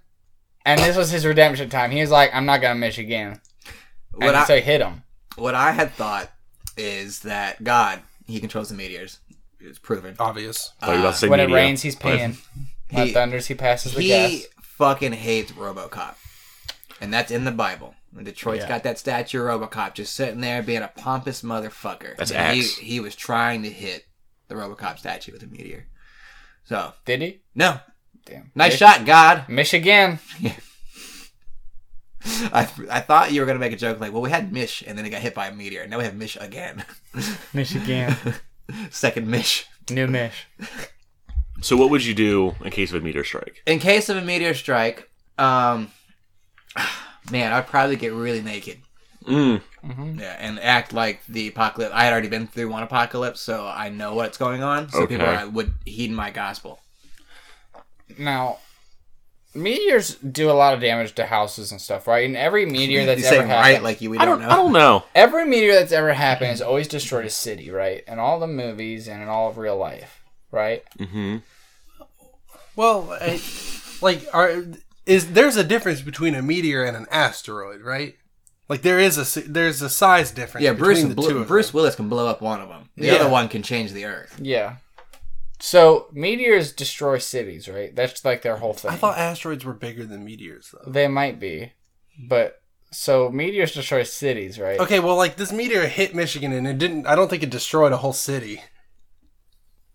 B: and this was his redemption time. He was like, I'm not gonna miss again, and
C: What I,
B: so he hit him.
C: what I had thought is that God, He controls the meteors. It's proven.
A: Obvious.
D: Thought you were about to say
B: When it
D: media.
B: rains, he's peeing. When
C: He-
B: it thunders, he passes the
C: he
B: gas.
C: fucking hates RoboCop, and that's in the Bible. And Detroit's
B: Yeah.
C: got that statue of RoboCop just sitting there being a pompous motherfucker.
D: That's
C: And he,
D: Axe.
C: he was trying to hit the RoboCop statue with a meteor. So
B: Did he?
C: no,
B: Damn.
C: nice
B: Mich-
C: shot, God.
B: Michigan.
C: I, I thought you were gonna make a joke like, well, we had Mish, and then it got hit by a meteor. Now we have Mish again.
B: Michigan.
C: Second Mish.
B: New Mish.
D: So what would you do in case of a meteor strike?
C: In case of a meteor strike, um, man, I'd probably get really naked.
D: Mm.
C: Yeah, and act like the apocalypse. I had already been through one apocalypse, so I know what's going on. So people
D: Okay.
C: are, would heed my gospel.
B: Now, meteors do a lot of damage to houses and stuff, right? And every meteor that's
C: you say
B: ever happened,
C: right like you, we
D: I
C: don't,
D: don't.
C: know.
D: I don't know.
B: every meteor that's ever happened has always destroyed a city, right? In all the movies and in all of real life, right?
D: Mm-hmm.
A: Well, I, like, are is there's a difference between a meteor and an asteroid, right? Like there is a si- there's a size difference.
C: yeah, Bruce
A: between the two
C: bl-
A: of
C: Bruce
A: them.
C: Willis can blow up one of them. The
A: Yeah.
C: other one can change the earth.
B: Yeah. So meteors destroy cities, right? That's like their whole thing.
A: I thought asteroids were bigger than meteors, though.
B: they might be, but so meteors destroy cities, right?
A: Okay, well, like this meteor hit Michigan, and it didn't. I don't think it destroyed a whole city.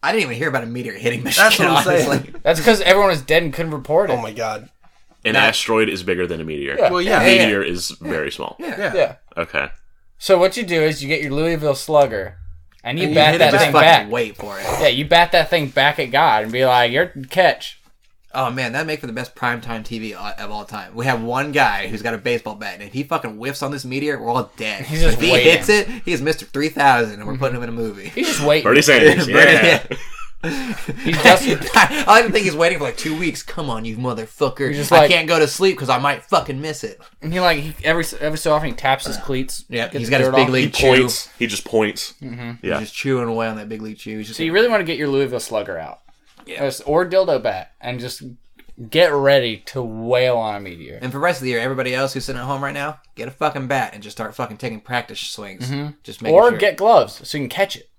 C: I didn't even hear about a meteor hitting Michigan.
A: That's what I'm saying.
C: honestly.
B: That's because everyone was dead and couldn't report it.
A: Oh my god.
D: An
C: Nah.
D: asteroid is bigger than a meteor.
B: Yeah.
A: Well, yeah,
D: A
A: yeah,
D: meteor is very small.
C: Yeah.
A: yeah.
B: Yeah.
D: Okay.
B: So what you do is you get your Louisville Slugger, and you
A: And you
B: bat
A: hit it
B: that
A: just
C: Just
B: thing
C: fucking
B: back.
C: wait for it.
B: Yeah, you bat that thing back at God and be like, "Your catch."
C: Oh man, that'd make for the best primetime TV o- of all time. We have one guy who's got a baseball bat, and if he fucking whiffs on this meteor, we're all dead.
B: He's just
C: if he
B: waiting.
C: hits it, he's Mr. 3000, and we're putting him in a movie.
B: He's just waiting.
D: Bernie Sanders.
C: Bernie-
D: yeah.
B: He's just
C: I I don't think he's waiting for like two weeks. Come on, you motherfucker!
B: just
C: I
B: like-
C: can't go to sleep because I might fucking miss it.
B: and he like he, every every so often he taps his cleats.
C: Yeah,
B: gets
C: he's
B: the
C: got his
B: dirt
C: big
B: off.
D: He
C: league chew.
D: points. He just points. Yeah.
C: Just chewing away on that big league chew. He's just
B: So you really want to get your Louisville Slugger out,
C: Yeah.
B: Just- or dildo bat, and just get ready to wail on a meteor.
C: And for the rest of the year, everybody else who's sitting at home right now, get a fucking bat and just start fucking taking practice swings. Just make
B: Mm-hmm. or
C: sure.
B: get gloves so you can catch it.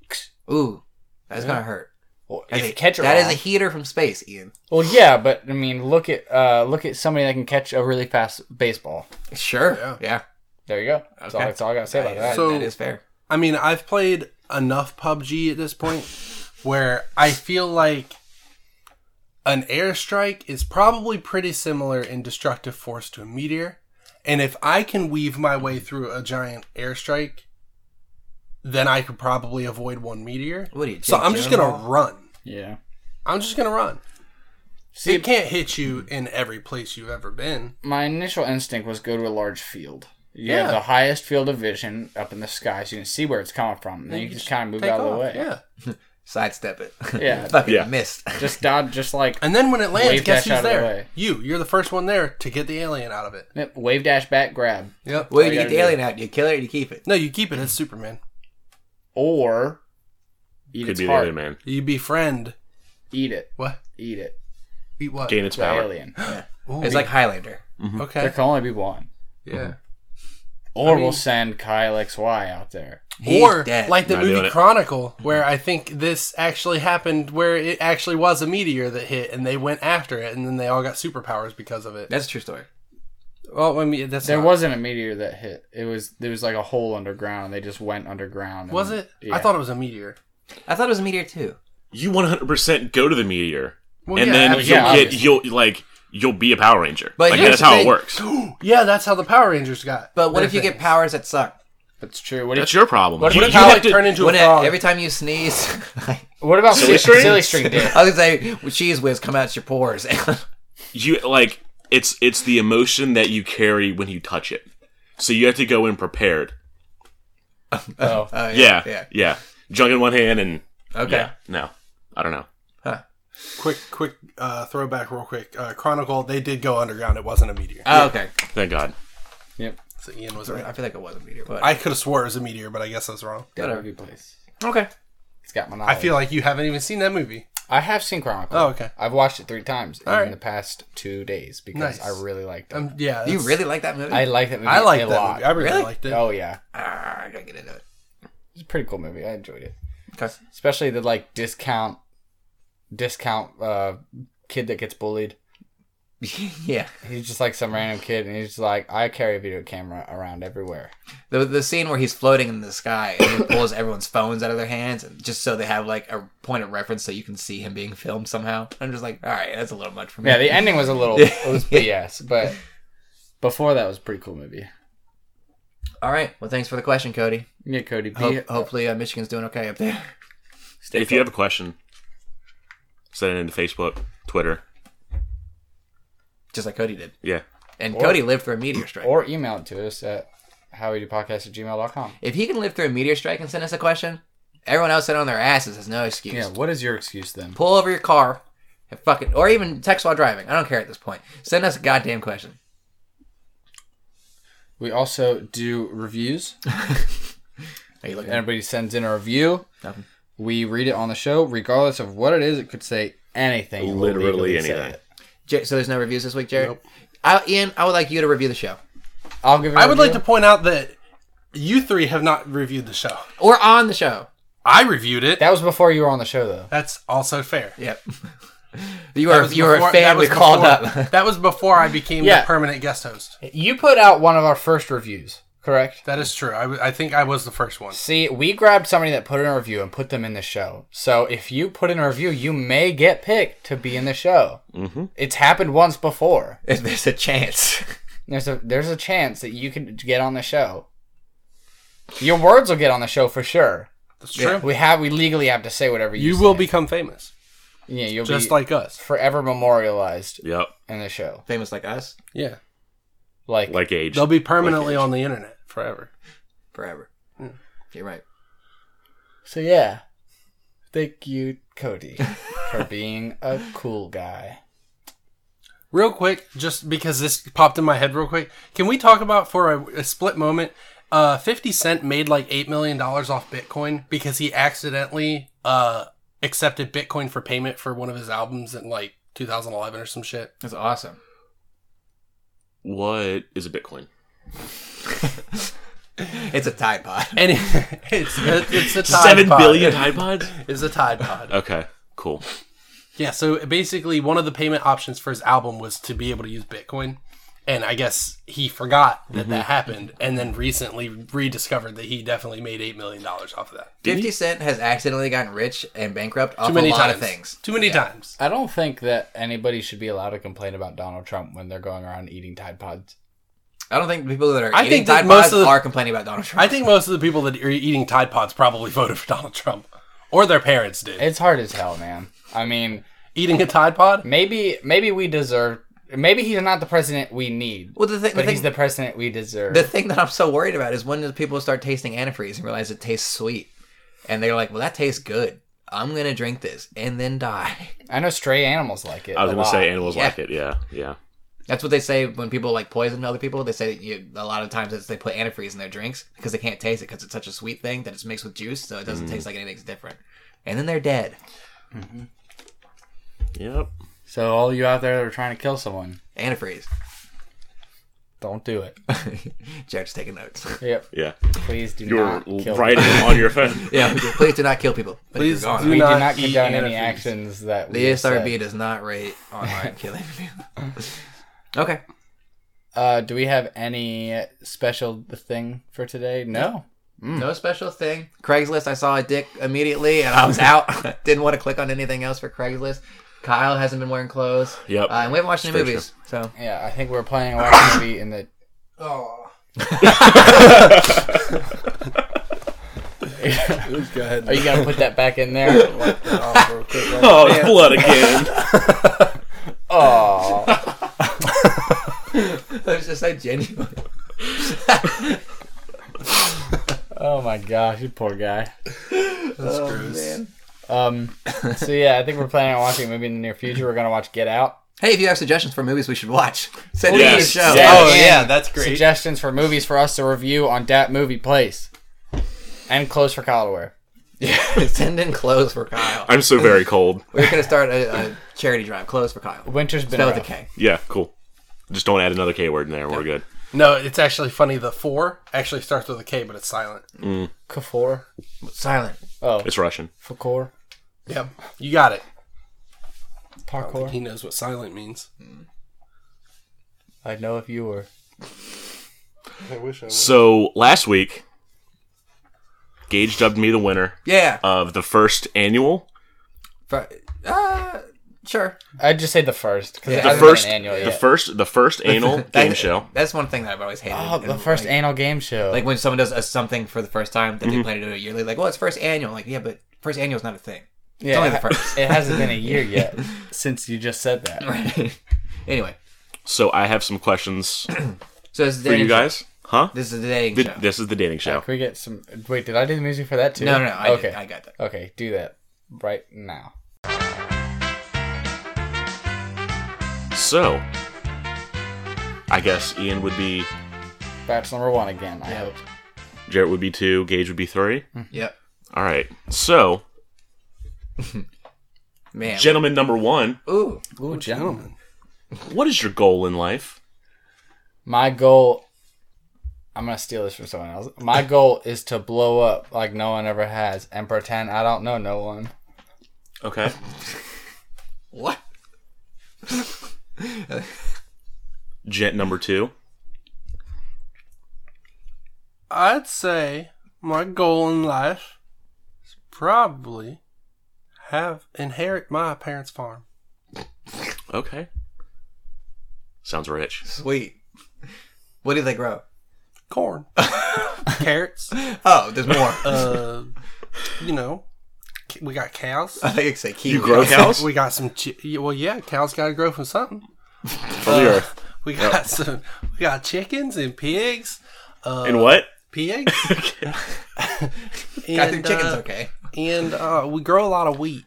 C: ooh, that's gonna hurt.
B: Or
C: That's
B: if you
C: a-
B: catch it
C: that is
B: wrong.
C: a heater from space, Ian.
B: well, yeah, but I mean, look at uh, look at somebody that can catch a really fast baseball.
C: Sure.
A: Yeah.
C: Yeah.
B: There you go. That's, all,
C: Okay.
B: that's all I gotta say about that.
A: So-
C: that is fair.
A: I mean, I've played enough PUBG at this point where I feel like an airstrike is probably pretty similar in destructive force to a meteor. And if I can weave my way through a giant airstrike, then I could probably avoid one meteor.
C: What do you?
A: So I'm just going to run.
B: yeah.
A: I'm just going to run.
B: See,
A: it can't hit you in every place you've ever been.
B: my initial instinct was go to a large field. You
A: Yeah.
B: have the highest field of vision up in the sky, so you can see where it's coming from. And then you can just kind of move
A: Take
B: out of the
A: off,
B: way.
A: Yeah.
C: sidestep it.
B: Yeah.
C: fucking
D: Yeah.
C: missed.
B: Just dodge, just like
A: And then when it lands,
B: Wave
A: guess
B: dash out
A: who's
B: of the
A: there?
B: way.
A: You. You're the first one there to get the alien out of it.
B: yep, wave dash back grab.
A: Yep.
C: Where do you
B: I
C: get the
B: gotta do
C: alien out? Do you kill it or do you keep it?
A: No, you keep it as Superman.
B: Or eat
D: Could
B: its
D: be the
B: heart.
D: other man.
A: You befriend
B: Eat it.
A: what?
B: Eat it.
A: Beat what?
D: Gain its
B: The
D: power.
B: alien.
A: Ooh. Mm-hmm.
C: It's like Highlander.
B: There
A: okay, Mm-hmm.
B: can only be one.
A: yeah.
B: Or
A: mean-
B: we'll send Kyle XY out there.
C: He's
A: or
C: dead.
A: like the
D: Not doing
A: movie
D: it.
A: Chronicle, where I think this actually happened, where it actually was a meteor that hit, and they went after it, and then they all got superpowers because of it.
C: That's a true story.
A: Well, I mean, that's
B: There
A: not-
B: wasn't a meteor that hit. It was there was like a hole underground. They just went underground. and-
A: was it?
B: Yeah.
A: I thought it was a meteor.
C: I thought it was a meteor too.
D: You 100% go to the meteor,
A: Well,
D: and
A: yeah,
D: then
A: absolutely.
D: you'll
B: Yeah,
D: get you'll like you'll be a Power Ranger.
C: But
D: like
C: here's
D: that's
C: the
D: how it
C: thing.
D: works.
A: yeah, that's how the Power Rangers got.
C: But what
A: their
C: if you get
A: things.
C: powers that suck?
B: That's true. What, if,
D: That's your problem.
A: What if
D: you,
A: you,
D: you
A: power
D: have to-
A: turn into
C: When
A: a
C: it-
A: frog?
C: every time you sneeze, I
B: what about silly
D: Silly string?
B: string? Silly string did.
C: was gonna say, well, "Cheese whiz, come out your pores." Oh,
D: you like it's it's the emotion that you carry when you touch it. So you have to go in prepared.
B: Oh,
C: Oh,
D: Yeah.
C: yeah.
D: Yeah. Junk in one hand and
C: Okay.
D: yeah. No. I don't know.
A: quick, quick uh, throwback, real quick. Uh, Chronicle. They did go underground. It wasn't a meteor.
C: Oh, okay.
D: Thank God.
B: yep.
A: So Ian was
C: I
A: right.
C: feel like it was a meteor, but
A: I could have swore it was a meteor, but I guess I was wrong.
C: whatever.
B: Every place.
C: Okay.
B: It's got my
A: I
B: knowledge.
A: feel like you haven't even seen that movie.
B: I have seen Chronicle.
A: Oh, okay.
B: I've watched it three times in
A: Alright.
B: the past two days because
A: Nice.
B: I really liked it.
A: Um, yeah,
C: Do you
A: that's-
C: really like that movie?
B: I like that movie
A: I like
B: a
A: that
B: lot.
A: movie. I really,
C: Really?
A: liked it.
B: Oh yeah,
C: Ah, I gotta get into it.
B: it's a pretty cool movie. I enjoyed it,
C: Okay.
B: especially the like discount, discount uh, kid that gets bullied.
C: yeah.
B: He's just like some random kid, and he's just like, I carry a video camera around everywhere.
C: The, the scene where he's floating in the sky and he pulls everyone's phones out of their hands and just so they have like a point of reference so you can see him being filmed somehow. I'm just like, all right, that's a little much for me.
B: Yeah, the ending was a little it was BS, but before that was a pretty cool movie.
C: all right. Well, thanks for the question, Cody.
B: Yeah, Cody. Be,
C: Hope, Hopefully, uh, Michigan's doing okay up there.
B: stay
D: if you have a question, send it into Facebook, Twitter.
C: Just like Cody did.
D: Yeah.
C: And
B: Or-
C: Cody lived through a meteor strike.
B: or email it to us at howwedopodcast at gmail.com.
C: if he can live through a meteor strike and send us a question, everyone else sitting on their asses has no excuse.
B: Yeah, what is your excuse then?
C: Pull over your car and fucking, or even text while driving. I don't care at this point. Send us a goddamn question.
B: We also do reviews.
C: Are you looking?
B: Anybody sends in a review,
C: Nothing.
B: we read it on the show, regardless of what it is. It could say anything. and we'll
D: Literally
B: legally say
D: anything.
B: it.
C: Jer- so there's no reviews this week, Jared. I, Ian, I would like you to review the show,
B: I'll give. It
A: I would like to point out that you three have not reviewed the show.
C: or on the show.
A: I reviewed it.
B: That was before you were on the show, though.
A: That's also fair.
C: Yep. You
A: That
C: were
A: was
C: you were a
A: before-
C: fan.
A: that
C: We
A: was
C: called
A: before-
C: up.
A: That was before I became
B: Yeah.
A: the permanent guest host.
B: You put out one of our first reviews, correct?
A: That is true. I, w- I think I was the first one.
B: See, we grabbed somebody that put in a review and put them in the show. So if you put in a review, you may get picked to be in the show. Mm-hmm. It's happened once before.
C: If there's a chance.
B: There's a there's a chance that you can get on the show. Your words will get on the show for sure.
A: That's true.
B: We have we legally have to say whatever you.
A: you
B: say.
A: will become famous,
B: yeah. You'll
A: just
B: be
A: like us.
B: forever memorialized
D: Yep.
B: in the show.
C: Famous like us
A: Yeah,
B: Like,
D: Like age.
A: they'll be permanently on the internet forever.
C: forever.
A: Hmm.
C: You're right.
B: so, yeah. Thank you, Cody, for being a cool guy.
A: Real quick, just because this popped in my head real quick, can we talk about for a, a split moment? Uh, Fifty Cent made like eight million dollars off Bitcoin because he accidentally uh accepted Bitcoin for payment for one of his albums in like 2011 or some shit.
C: That's awesome.
D: what is a Bitcoin?
C: It's a Tide Pod.
A: And it, it's it's a Tide
D: Seven
A: Pod.
D: billion Tide Pods?
A: It's a Tide Pod.
D: Okay, cool.
A: Yeah, so basically, one of the payment options for his album was to be able to use Bitcoin. And I guess he forgot that that
D: Mm-hmm.
A: happened and then recently rediscovered that he definitely made $8 million off of that.
C: Fifty Cent has accidentally gotten rich and bankrupt off
A: Too many
C: a lot
A: times.
C: of things.
A: Too many times.
B: I don't think that anybody should be allowed to complain about Donald Trump when they're going around eating Tide Pods.
C: I don't think people that are
A: I
C: eating
A: think that
C: Tide
A: most
C: Pods
A: of the-
C: are complaining about Donald Trump.
A: I think most of the people that are eating Tide Pods probably voted for Donald Trump. Or their parents did.
B: It's hard as hell, man. I mean,
A: eating a Tide Pod?
B: maybe maybe we deserve. Maybe he's not the president we need,
C: well, the thing, the
B: but
C: thing,
B: he's
C: the,
B: the president we deserve.
C: thing that I'm so worried about is when do people start tasting antifreeze and realize it tastes sweet, and they're like, "Well, that tastes good. I'm gonna drink this and then die."
B: I know stray animals like it.
D: I was
B: a
D: gonna say
B: lot.
D: animals
C: Yeah.
D: like it. Yeah, yeah.
C: That's what they say when people like poison other people. They say that you, a lot of times it's they put antifreeze in their drinks because they can't taste it because it's such a sweet thing that it's mixed with juice, so it doesn't taste like anything's different. And then they're dead.
D: Yep.
B: So all you out there that are trying to kill someone,
C: Antifreeze.
B: don't do it.
C: Jared's taking notes.
B: Yep.
D: Yeah.
B: Please do
D: You're
B: not kill.
D: writing on your phone.
C: yeah, please do not kill people. But
A: Please
C: if you're gone,
A: do
B: We do
A: not
B: not
A: eat
B: condone any
A: antifreeze.
B: actions that we
C: The
B: have said.
C: SRB does not rate online killing people. okay.
B: Uh, do we have any special thing for today? No.
D: Mm.
C: No special thing. Craigslist, I saw a dick immediately and I was out. Didn't want to click on anything else for Craigslist. Kyle hasn't been wearing clothes.
D: Yep.
C: Uh, and we haven't watched any
D: Very
C: movies. So
B: Yeah, I think we're playing a watch movie in the.
A: Oh.
B: Oh,
A: Go ahead.
B: Are you gonna put that back in there?
D: oh, it's blood again.
B: Oh,
C: that was just so genuine.
B: oh my gosh, you poor guy.
A: That's gross.
B: Um, so yeah, I think we're planning on watching a movie in the near future. We're gonna watch Get Out.
C: Hey, if you have suggestions for movies we should watch, send them to the
D: Yes.
C: show.
D: Yeah.
A: Oh,
B: and
A: yeah, that's great.
B: Suggestions for movies for us to review on Dat Movie Place, and clothes for Kyle to wear.
C: send in clothes for Kyle.
D: I'm so very cold.
C: We're going to start a, a charity drive. Clothes for Kyle.
B: Winter's been
C: Spell with a
B: rough.
C: K.
D: Yeah, cool. Just don't add another K word in there. We're good.
A: No, it's actually funny. The four actually starts with a K, but it's silent.
B: Kafor.
C: Silent.
B: Oh,
D: It's Russian.
B: Fakor.
A: Yep. You got it.
B: Parkour.
A: He knows what silent means.
B: I'd know if you were.
A: I wish I would.
D: So last week, Gage dubbed me the winner
C: Yeah.
D: of the first annual,
C: For, uh, sure.
B: I'd just say the first because
C: Yeah.
B: it
C: The
B: hasn't
D: first,
B: been an annual
D: the
B: yet.
D: first, the first annual game
C: That-
D: show.
C: That's one thing that I've always hated.
B: oh,
C: And,
B: the first
C: like,
B: annual game show.
C: like when someone does a, something for the first time
D: Mm-hmm.
C: that they plan to do it yearly, like, well, it's first annual. Like, yeah, but first annual is not a thing.
B: yeah,
C: only the
B: it ha-
C: first.
B: it hasn't been a year yet since you just said that.
C: Right. anyway,
D: So I have some questions
C: so this is the
D: for you
C: dating show.
D: guys, huh?
C: This is the dating
D: Th-
C: show.
D: This is the dating show.
B: Can we get some? Wait, did I do the music for that too?
C: no, no, no. I,
B: okay,
C: okay. I got that.
B: okay, do that right now.
D: So, I guess Ian would be,
B: That's number one again. I hope.
D: Jarrett would be two, Gage would be three.
C: Yep.
D: All right. So,
C: Man.
D: gentleman number one,
C: Ooh.
B: Ooh, gentlemen.
D: what is your goal in life?
B: My goal I'm gonna steal this from someone else. My goal is to blow up like no one ever has and pretend I don't know no one.
D: Okay.
C: What?
D: Gent number two.
A: I'd say my goal in life is probably have inherit my parents' farm.
D: Okay. Sounds rich.
C: Sweet. What do they grow?
A: Corn, carrots,
C: Oh, there's more.
A: uh, you know, c- we got cows.
C: I think it's a kiwi.
D: You grow cows
A: We got some. Chi- yeah, well, yeah, cows got to grow from something.
D: from
C: Uh,
D: the earth.
A: We got some. We got chickens and pigs. Uh,
D: And what?
A: Pigs.
C: I think
A: and,
C: chicken's
A: uh,
C: okay.
A: and uh, we grow a lot of wheat.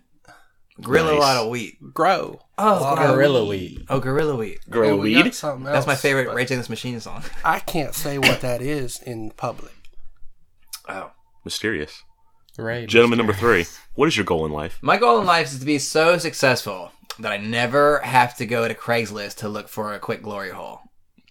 C: Grill a
D: Nice.
C: lot of wheat.
A: Grow.
C: Oh,
B: Gorilla weed.
C: Oh, gorilla wheat.
D: Grow
A: And we got
D: weed?
A: something
C: That's my
A: else,
C: favorite
A: but
C: Rage Against the Machine song.
A: I can't say what that is in public.
C: Oh.
D: Mysterious.
B: Great.
D: Gentleman number three. What is your goal in life?
C: My goal in life is to be so successful that I never have to go to Craigslist to look for a quick glory hole.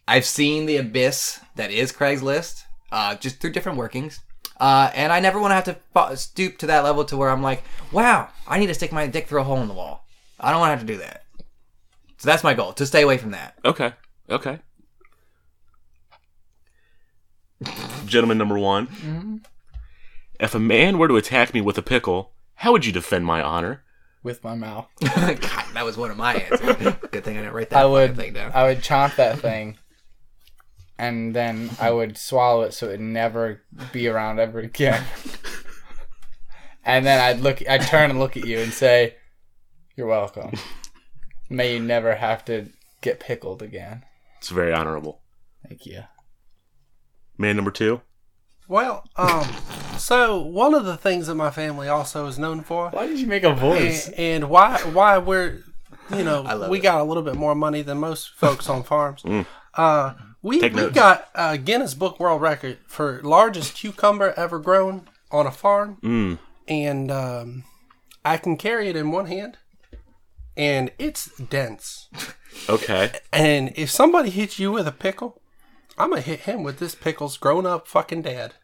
C: I've seen the abyss that is Craigslist, uh, just through different workings. Uh, and I never want to have to fo- stoop to that level to where I'm like, wow, I need to stick my dick through a hole in the wall. I don't want to have to do that. So that's my goal, to stay away from that.
D: Okay. Okay. Gentleman number one. If a man were to attack me with a pickle, how would you defend my honor?
B: with my mouth.
C: God, that was one of my answers. Good thing I didn't write that
B: I
C: fucking
B: would
C: thing down.
B: I would chomp that thing and then I would swallow it so it never be around ever again. and then I'd look I'd turn and look at you and say, You're welcome. May you never have to get pickled again.
D: It's very honorable.
B: Thank you.
D: Man number two.
A: Well, um, so one of the things that my family also is known for,
B: Why did you make a voice?
A: and, and why why we're, you
C: I
A: know,
C: love
A: we
C: it.
A: got a little bit more money than most folks on farms. Uh, we
D: Take
A: we
D: notes.
A: got a Guinness Book World Record for largest cucumber ever grown on a farm,
D: Mm.
A: and um, I can carry it in one hand, and it's dense.
D: Okay.
A: And if somebody hits you with a pickle, I'm gonna hit him with this pickle's grown up fucking dad,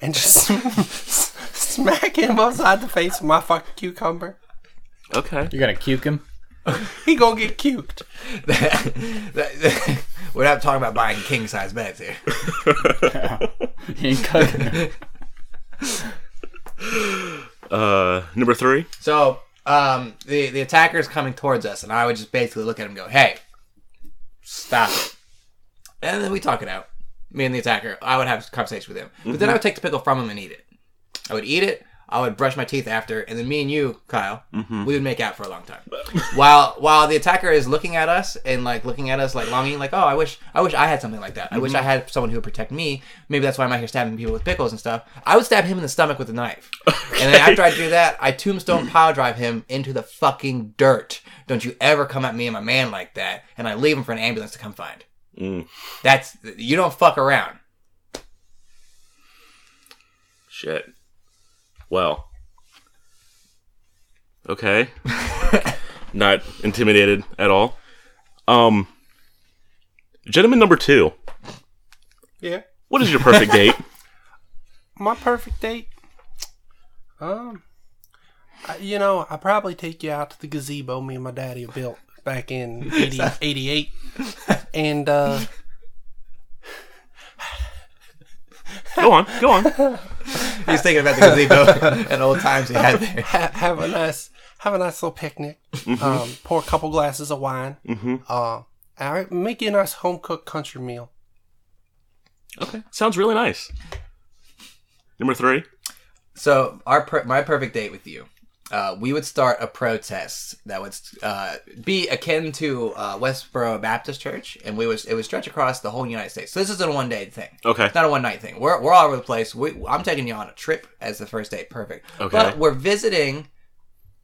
A: and just smack him upside the face with my fucking cucumber.
D: Okay.
B: You're gonna cuke him?
A: He gonna get cuked.
C: We're not talking about buying king size beds here.
B: You ain't cooking him.
D: Uh, number three.
C: So um, the the attacker is coming towards us, and I would just basically look at him and go, "Hey, stop it!" And then we talk it out. Me and the attacker. I would have a conversation with him, but then I would take the pickle from him and eat it. I would eat it. I would brush my teeth after, and then me and you, Kyle, we would make out for a long time. while while the attacker is looking at us and like looking at us like longing, like, "Oh, I wish I wish I had something like that. I wish I had someone who would protect me." Maybe that's why I'm out here stabbing people with pickles and stuff. I would stab him in the stomach with a knife. And then after I do that, I tombstone pile drive him into the fucking dirt. Don't you ever come at me and my man like that. And I leave him for an ambulance to come find.
D: Mm.
C: That's you don't fuck around.
D: Shit. Well. Okay. Not intimidated at all. Um. Gentleman number two.
A: Yeah.
D: What is your perfect date?
A: My perfect date. Um, I, you know, I probably take you out to the gazebo me and my daddy built back in 80, 88. and uh,
D: Go on. Go on.
C: He's thinking about the gazebo and old times he had there.
A: ha- have a nice have a nice little picnic.
C: Mm-hmm.
A: Um, pour a couple glasses of wine.
D: hmm
A: Uh, I make you a nice home cooked country meal.
D: Okay. Sounds really nice. Number three.
C: So our per- my perfect date with you, uh, we would start a protest that would uh, be akin to uh, Westboro Baptist Church, and we was it would stretch across the whole United States. So this isn't a one day thing.
D: Okay.
C: It's not a one night thing. We're, we're all over the place. We, I'm taking you on a trip as the first date. Perfect.
D: Okay.
C: But we're visiting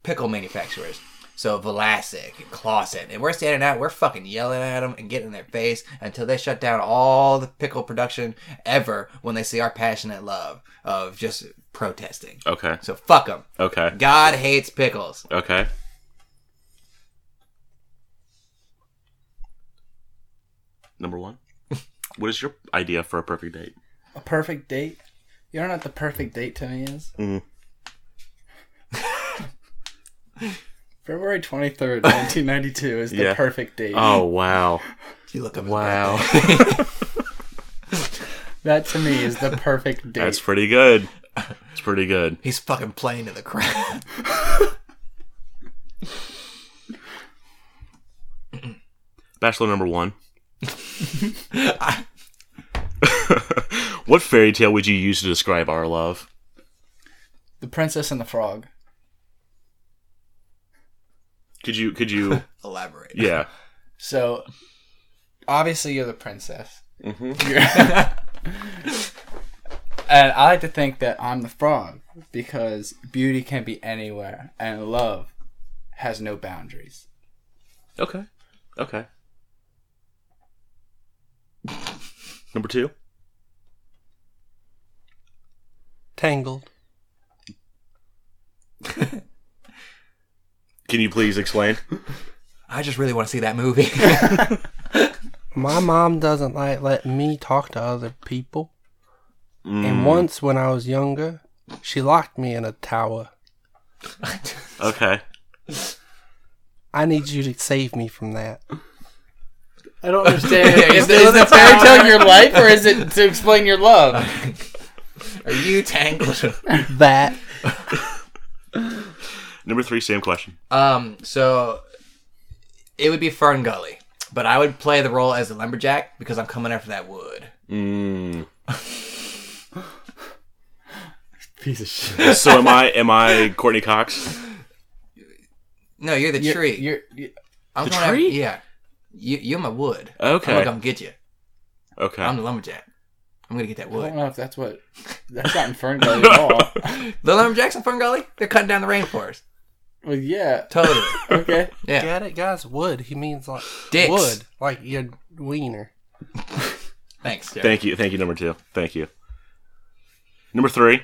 C: pickle manufacturers. So Velasic and Clausen. And we're standing out, we're fucking yelling at them and getting in their face until they shut down all the pickle production ever when they see our passionate love of just protesting.
D: Okay.
C: So fuck them.
D: Okay.
C: God hates pickles.
D: Okay. Number one. What is your idea for a perfect date?
B: A perfect date? You don't know what the perfect date to me is?
D: Mm.
B: February 23rd, 1992 is the
D: Yeah.
B: perfect date.
D: Oh wow,
C: You look up. his
D: wow,
B: That to me is the perfect date.
D: that's pretty good. It's pretty good.
C: He's fucking playing to the crowd.
D: Bachelor number one. what fairy tale would you use to describe our love?
B: the Princess and the Frog.
D: Could you? Could you?
C: Elaborate.
D: Yeah.
B: So, obviously, you're the princess.
D: Mm-hmm.
B: And I like to think that I'm the frog because beauty can be anywhere and love has no boundaries.
D: Okay. Okay. Number two.
A: Tangled.
D: Can you please explain?
C: I just really want to see that movie.
A: My mom doesn't like let me talk to other people.
C: Mm.
A: And once when I was younger, she locked me in a tower.
D: Okay.
A: I need you to save me from that.
B: I don't understand. is,
C: Is
B: is
C: the
B: the fairy
C: power-
B: tale your life or is it to explain your love?
C: Are you tangled?
A: That
D: Number three. Same question.
C: Um, so it would be Fern Gully, but I would play the role as the lumberjack because I'm coming after that wood.
D: Mm.
B: Piece of shit.
D: So am I? Am I Courtney Cox?
C: No, you're the tree.
B: You're, you
C: I'm
D: the
C: coming after-
D: tree?
C: yeah, you you're Oh my wood. I'm
D: Okay.
C: gonna come get you.
D: Okay.
C: I'm the lumberjack. I'm gonna get that
B: I don't
C: wood.
B: know if that's what. That's not in Ferngully at all.
C: The lumberjacks in Fern Gully, they're cutting down the rainforest.
B: Well, yeah.
C: Totally.
B: Okay.
C: Yeah.
A: get it, guys. Wood. He means like
C: Dicks.
A: wood, like your wiener.
C: Thanks. Jared.
D: Thank you. Thank you, number two. Thank you. Number three.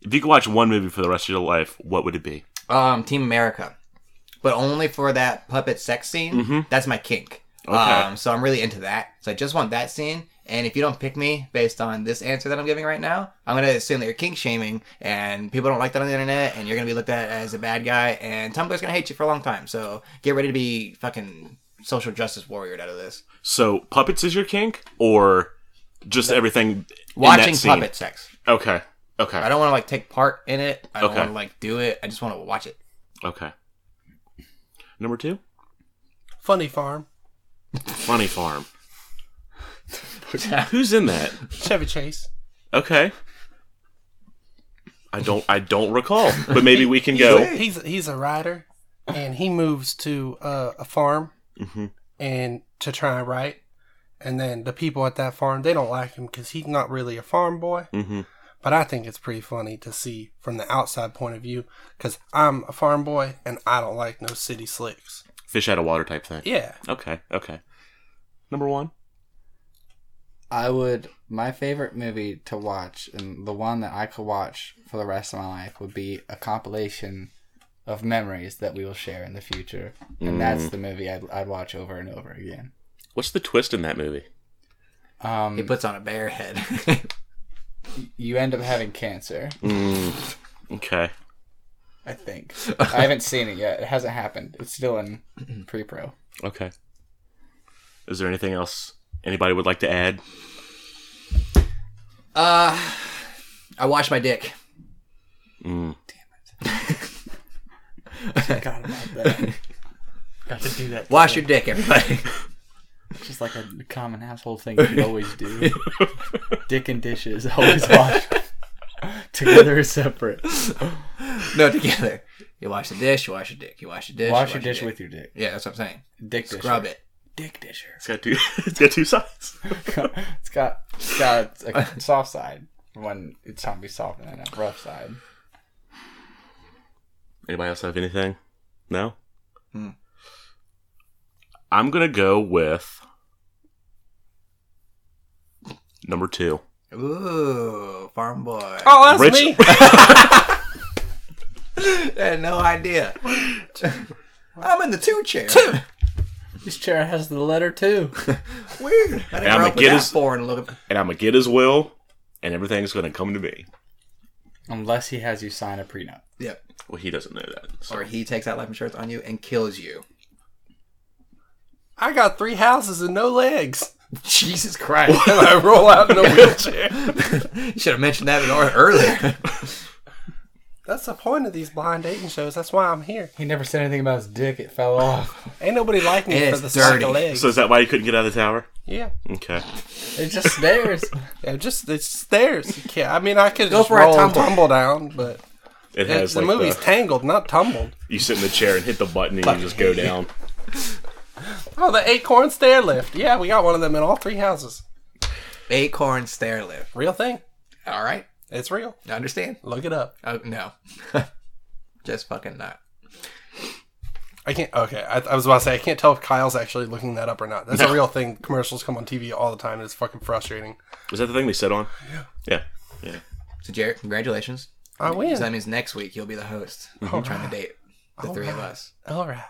D: If you could watch one movie for the rest of your life, what would it be?
C: Um, Team America, but only for that puppet sex scene. That's my kink.
D: Mm-hmm. Okay.
C: Um, so I'm really into that. So I just want that scene. And if you don't pick me based on this answer that I'm giving right now, I'm gonna assume that you're kink shaming, and people don't like that on the internet, and you're gonna be looked at as a bad guy, and Tumblr's gonna hate you for a long time. So get ready to be fucking social justice warrior out of this.
D: So puppets is your kink, or just everything in
C: Watching
D: that scene?
C: puppet sex.
D: Okay.
C: I
D: Okay.
C: don't want to like take part in it. I don't
D: Okay.
C: want to like do it. I just want to watch it.
D: Okay. Number two.
A: Funny farm.
D: Funny Farm. Who's in that?
A: Chevy Chase.
D: Okay. I don't. I don't recall. But maybe we can go.
A: He's he's a rider, and he moves to uh, a farm,
D: Mm-hmm,
A: and to try and write. And then the people at that farm they don't like him because he's not really a farm boy.
D: Mhm.
A: But I think it's pretty funny to see from the outside point of view because I'm a farm boy and I don't like no city slicks.
D: Fish out of water type thing.
A: Yeah,
D: Okay. Okay. Number one.
B: I would. My favorite movie to watch, and the one that I could watch for the rest of my life, would be a compilation of memories that we will share in the future. And that's the movie I'd, I'd watch over and over again.
D: What's the twist in that movie?
B: Um,
D: Mm.
C: He puts on a bear head.
B: you end up having cancer,
D: Mm. Okay.
B: I think. I haven't seen it yet. It hasn't happened. It's still in pre pro.
D: Okay. Is there anything else anybody would like to add?
C: Uh, I wash my dick.
D: Mm.
B: Forgot about that. Got to do that.
C: Wash your dick, everybody.
B: Just like a common household thing you always do. Dick and dishes always wash. Together or separate.
C: no, together. You wash the dish. You wash your dick. You wash your dish. you
B: Wash your dish with your dick.
C: Yeah, that's what I'm saying.
B: Dick disher.
C: Scrub it.
B: Dick disher.
D: It's got two. it's got two sides.
B: it's got it's got a soft side when it's time to be soft and then a rough side.
D: Anybody else have anything? No.
C: Hmm.
D: I'm gonna go with number two.
C: Ooh, farm boy.
A: oh that's me.
D: Rich-
C: I had no idea. I'm in the two chair.
B: This chair has the letter too.
C: Weird. I didn't
D: I'm
C: grow
D: gonna
C: up with
D: get
C: that
D: his-
C: foreign looking.
D: and I'm gonna get his will, and everything's gonna come to me.
B: Unless he has you sign a prenup.
C: Yep.
D: Well, he doesn't know that. So.
C: Or he takes out life insurance on you and kills you.
A: I got three houses and no legs.
C: Jesus Christ.
A: And I roll out in a wheelchair.
C: you should have mentioned that in or- earlier.
A: That's the point of these blind dating shows. That's why I'm here.
B: He never said anything about his dick. It fell off.
A: Ain't nobody like me for
C: And it's
A: the sake
C: dirty.
A: of legs.
D: So is that why he couldn't get out of the tower?
A: yeah.
D: Okay.
B: It's just stairs.
A: yeah, just it's stairs. You can't, I mean, I could just
C: for a
A: roll and
C: tumble.
A: tumble down, but
D: It
A: it,
D: has
A: the
D: like
A: movie's
D: the,
A: tangled, not tumbled.
D: you sit in the chair and hit the button and you just go down.
A: Oh, the acorn stair lift. Yeah, we got one of them in all three houses.
C: Acorn stair lift.
A: Real thing.
C: All right.
A: It's real.
C: I understand.
A: Look it up.
C: Oh, no. Just fucking not.
A: I can't. Okay, I, I was about to say I can't tell if Kyle's actually looking that up or not. That's a real thing. Commercials come on TV all the time. And it's fucking frustrating.
D: Was that the thing they said on? Yeah. Yeah.
C: So, Jared, congratulations.
A: I win.
C: So that means next week you'll be the host. I'm trying to date the three of us.
A: all right.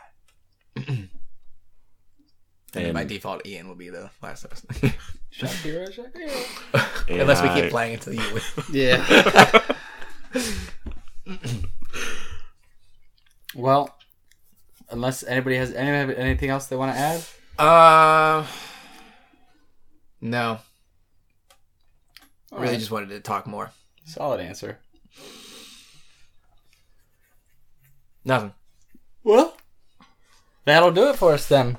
C: And, by
D: And-
C: default, Ian will be the last host.
B: Shakira, Shakira.
D: And
C: Unless we
D: I-
C: keep playing until you win.
B: Yeah. well, unless anybody has any anything else they want to add,
C: Uh, no. Really just wanted to talk more.
B: solid answer.
C: Nothing.
B: Well, that'll do it for us then.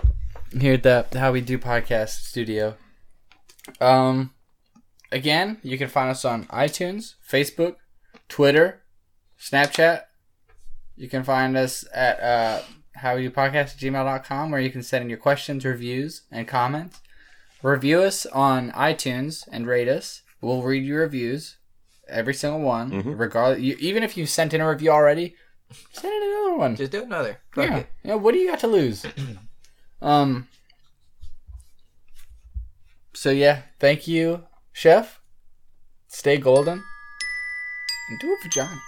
B: Here at the How We Do podcast studio. Um, again, you can find us on iTunes, Facebook, Twitter, Snapchat. You can find us at uh, how we do podcast gmail.com where you can send in your questions, reviews, and comments. Review us on iTunes and rate us. We'll read your reviews, every single one, regardless. You, even if you sent in a review already, send in another one.
C: Just do another. Fuck
B: Yeah.
C: it.
B: yeah. What do you got to lose? um. So yeah, thank you, chef. Stay golden. And do it for John.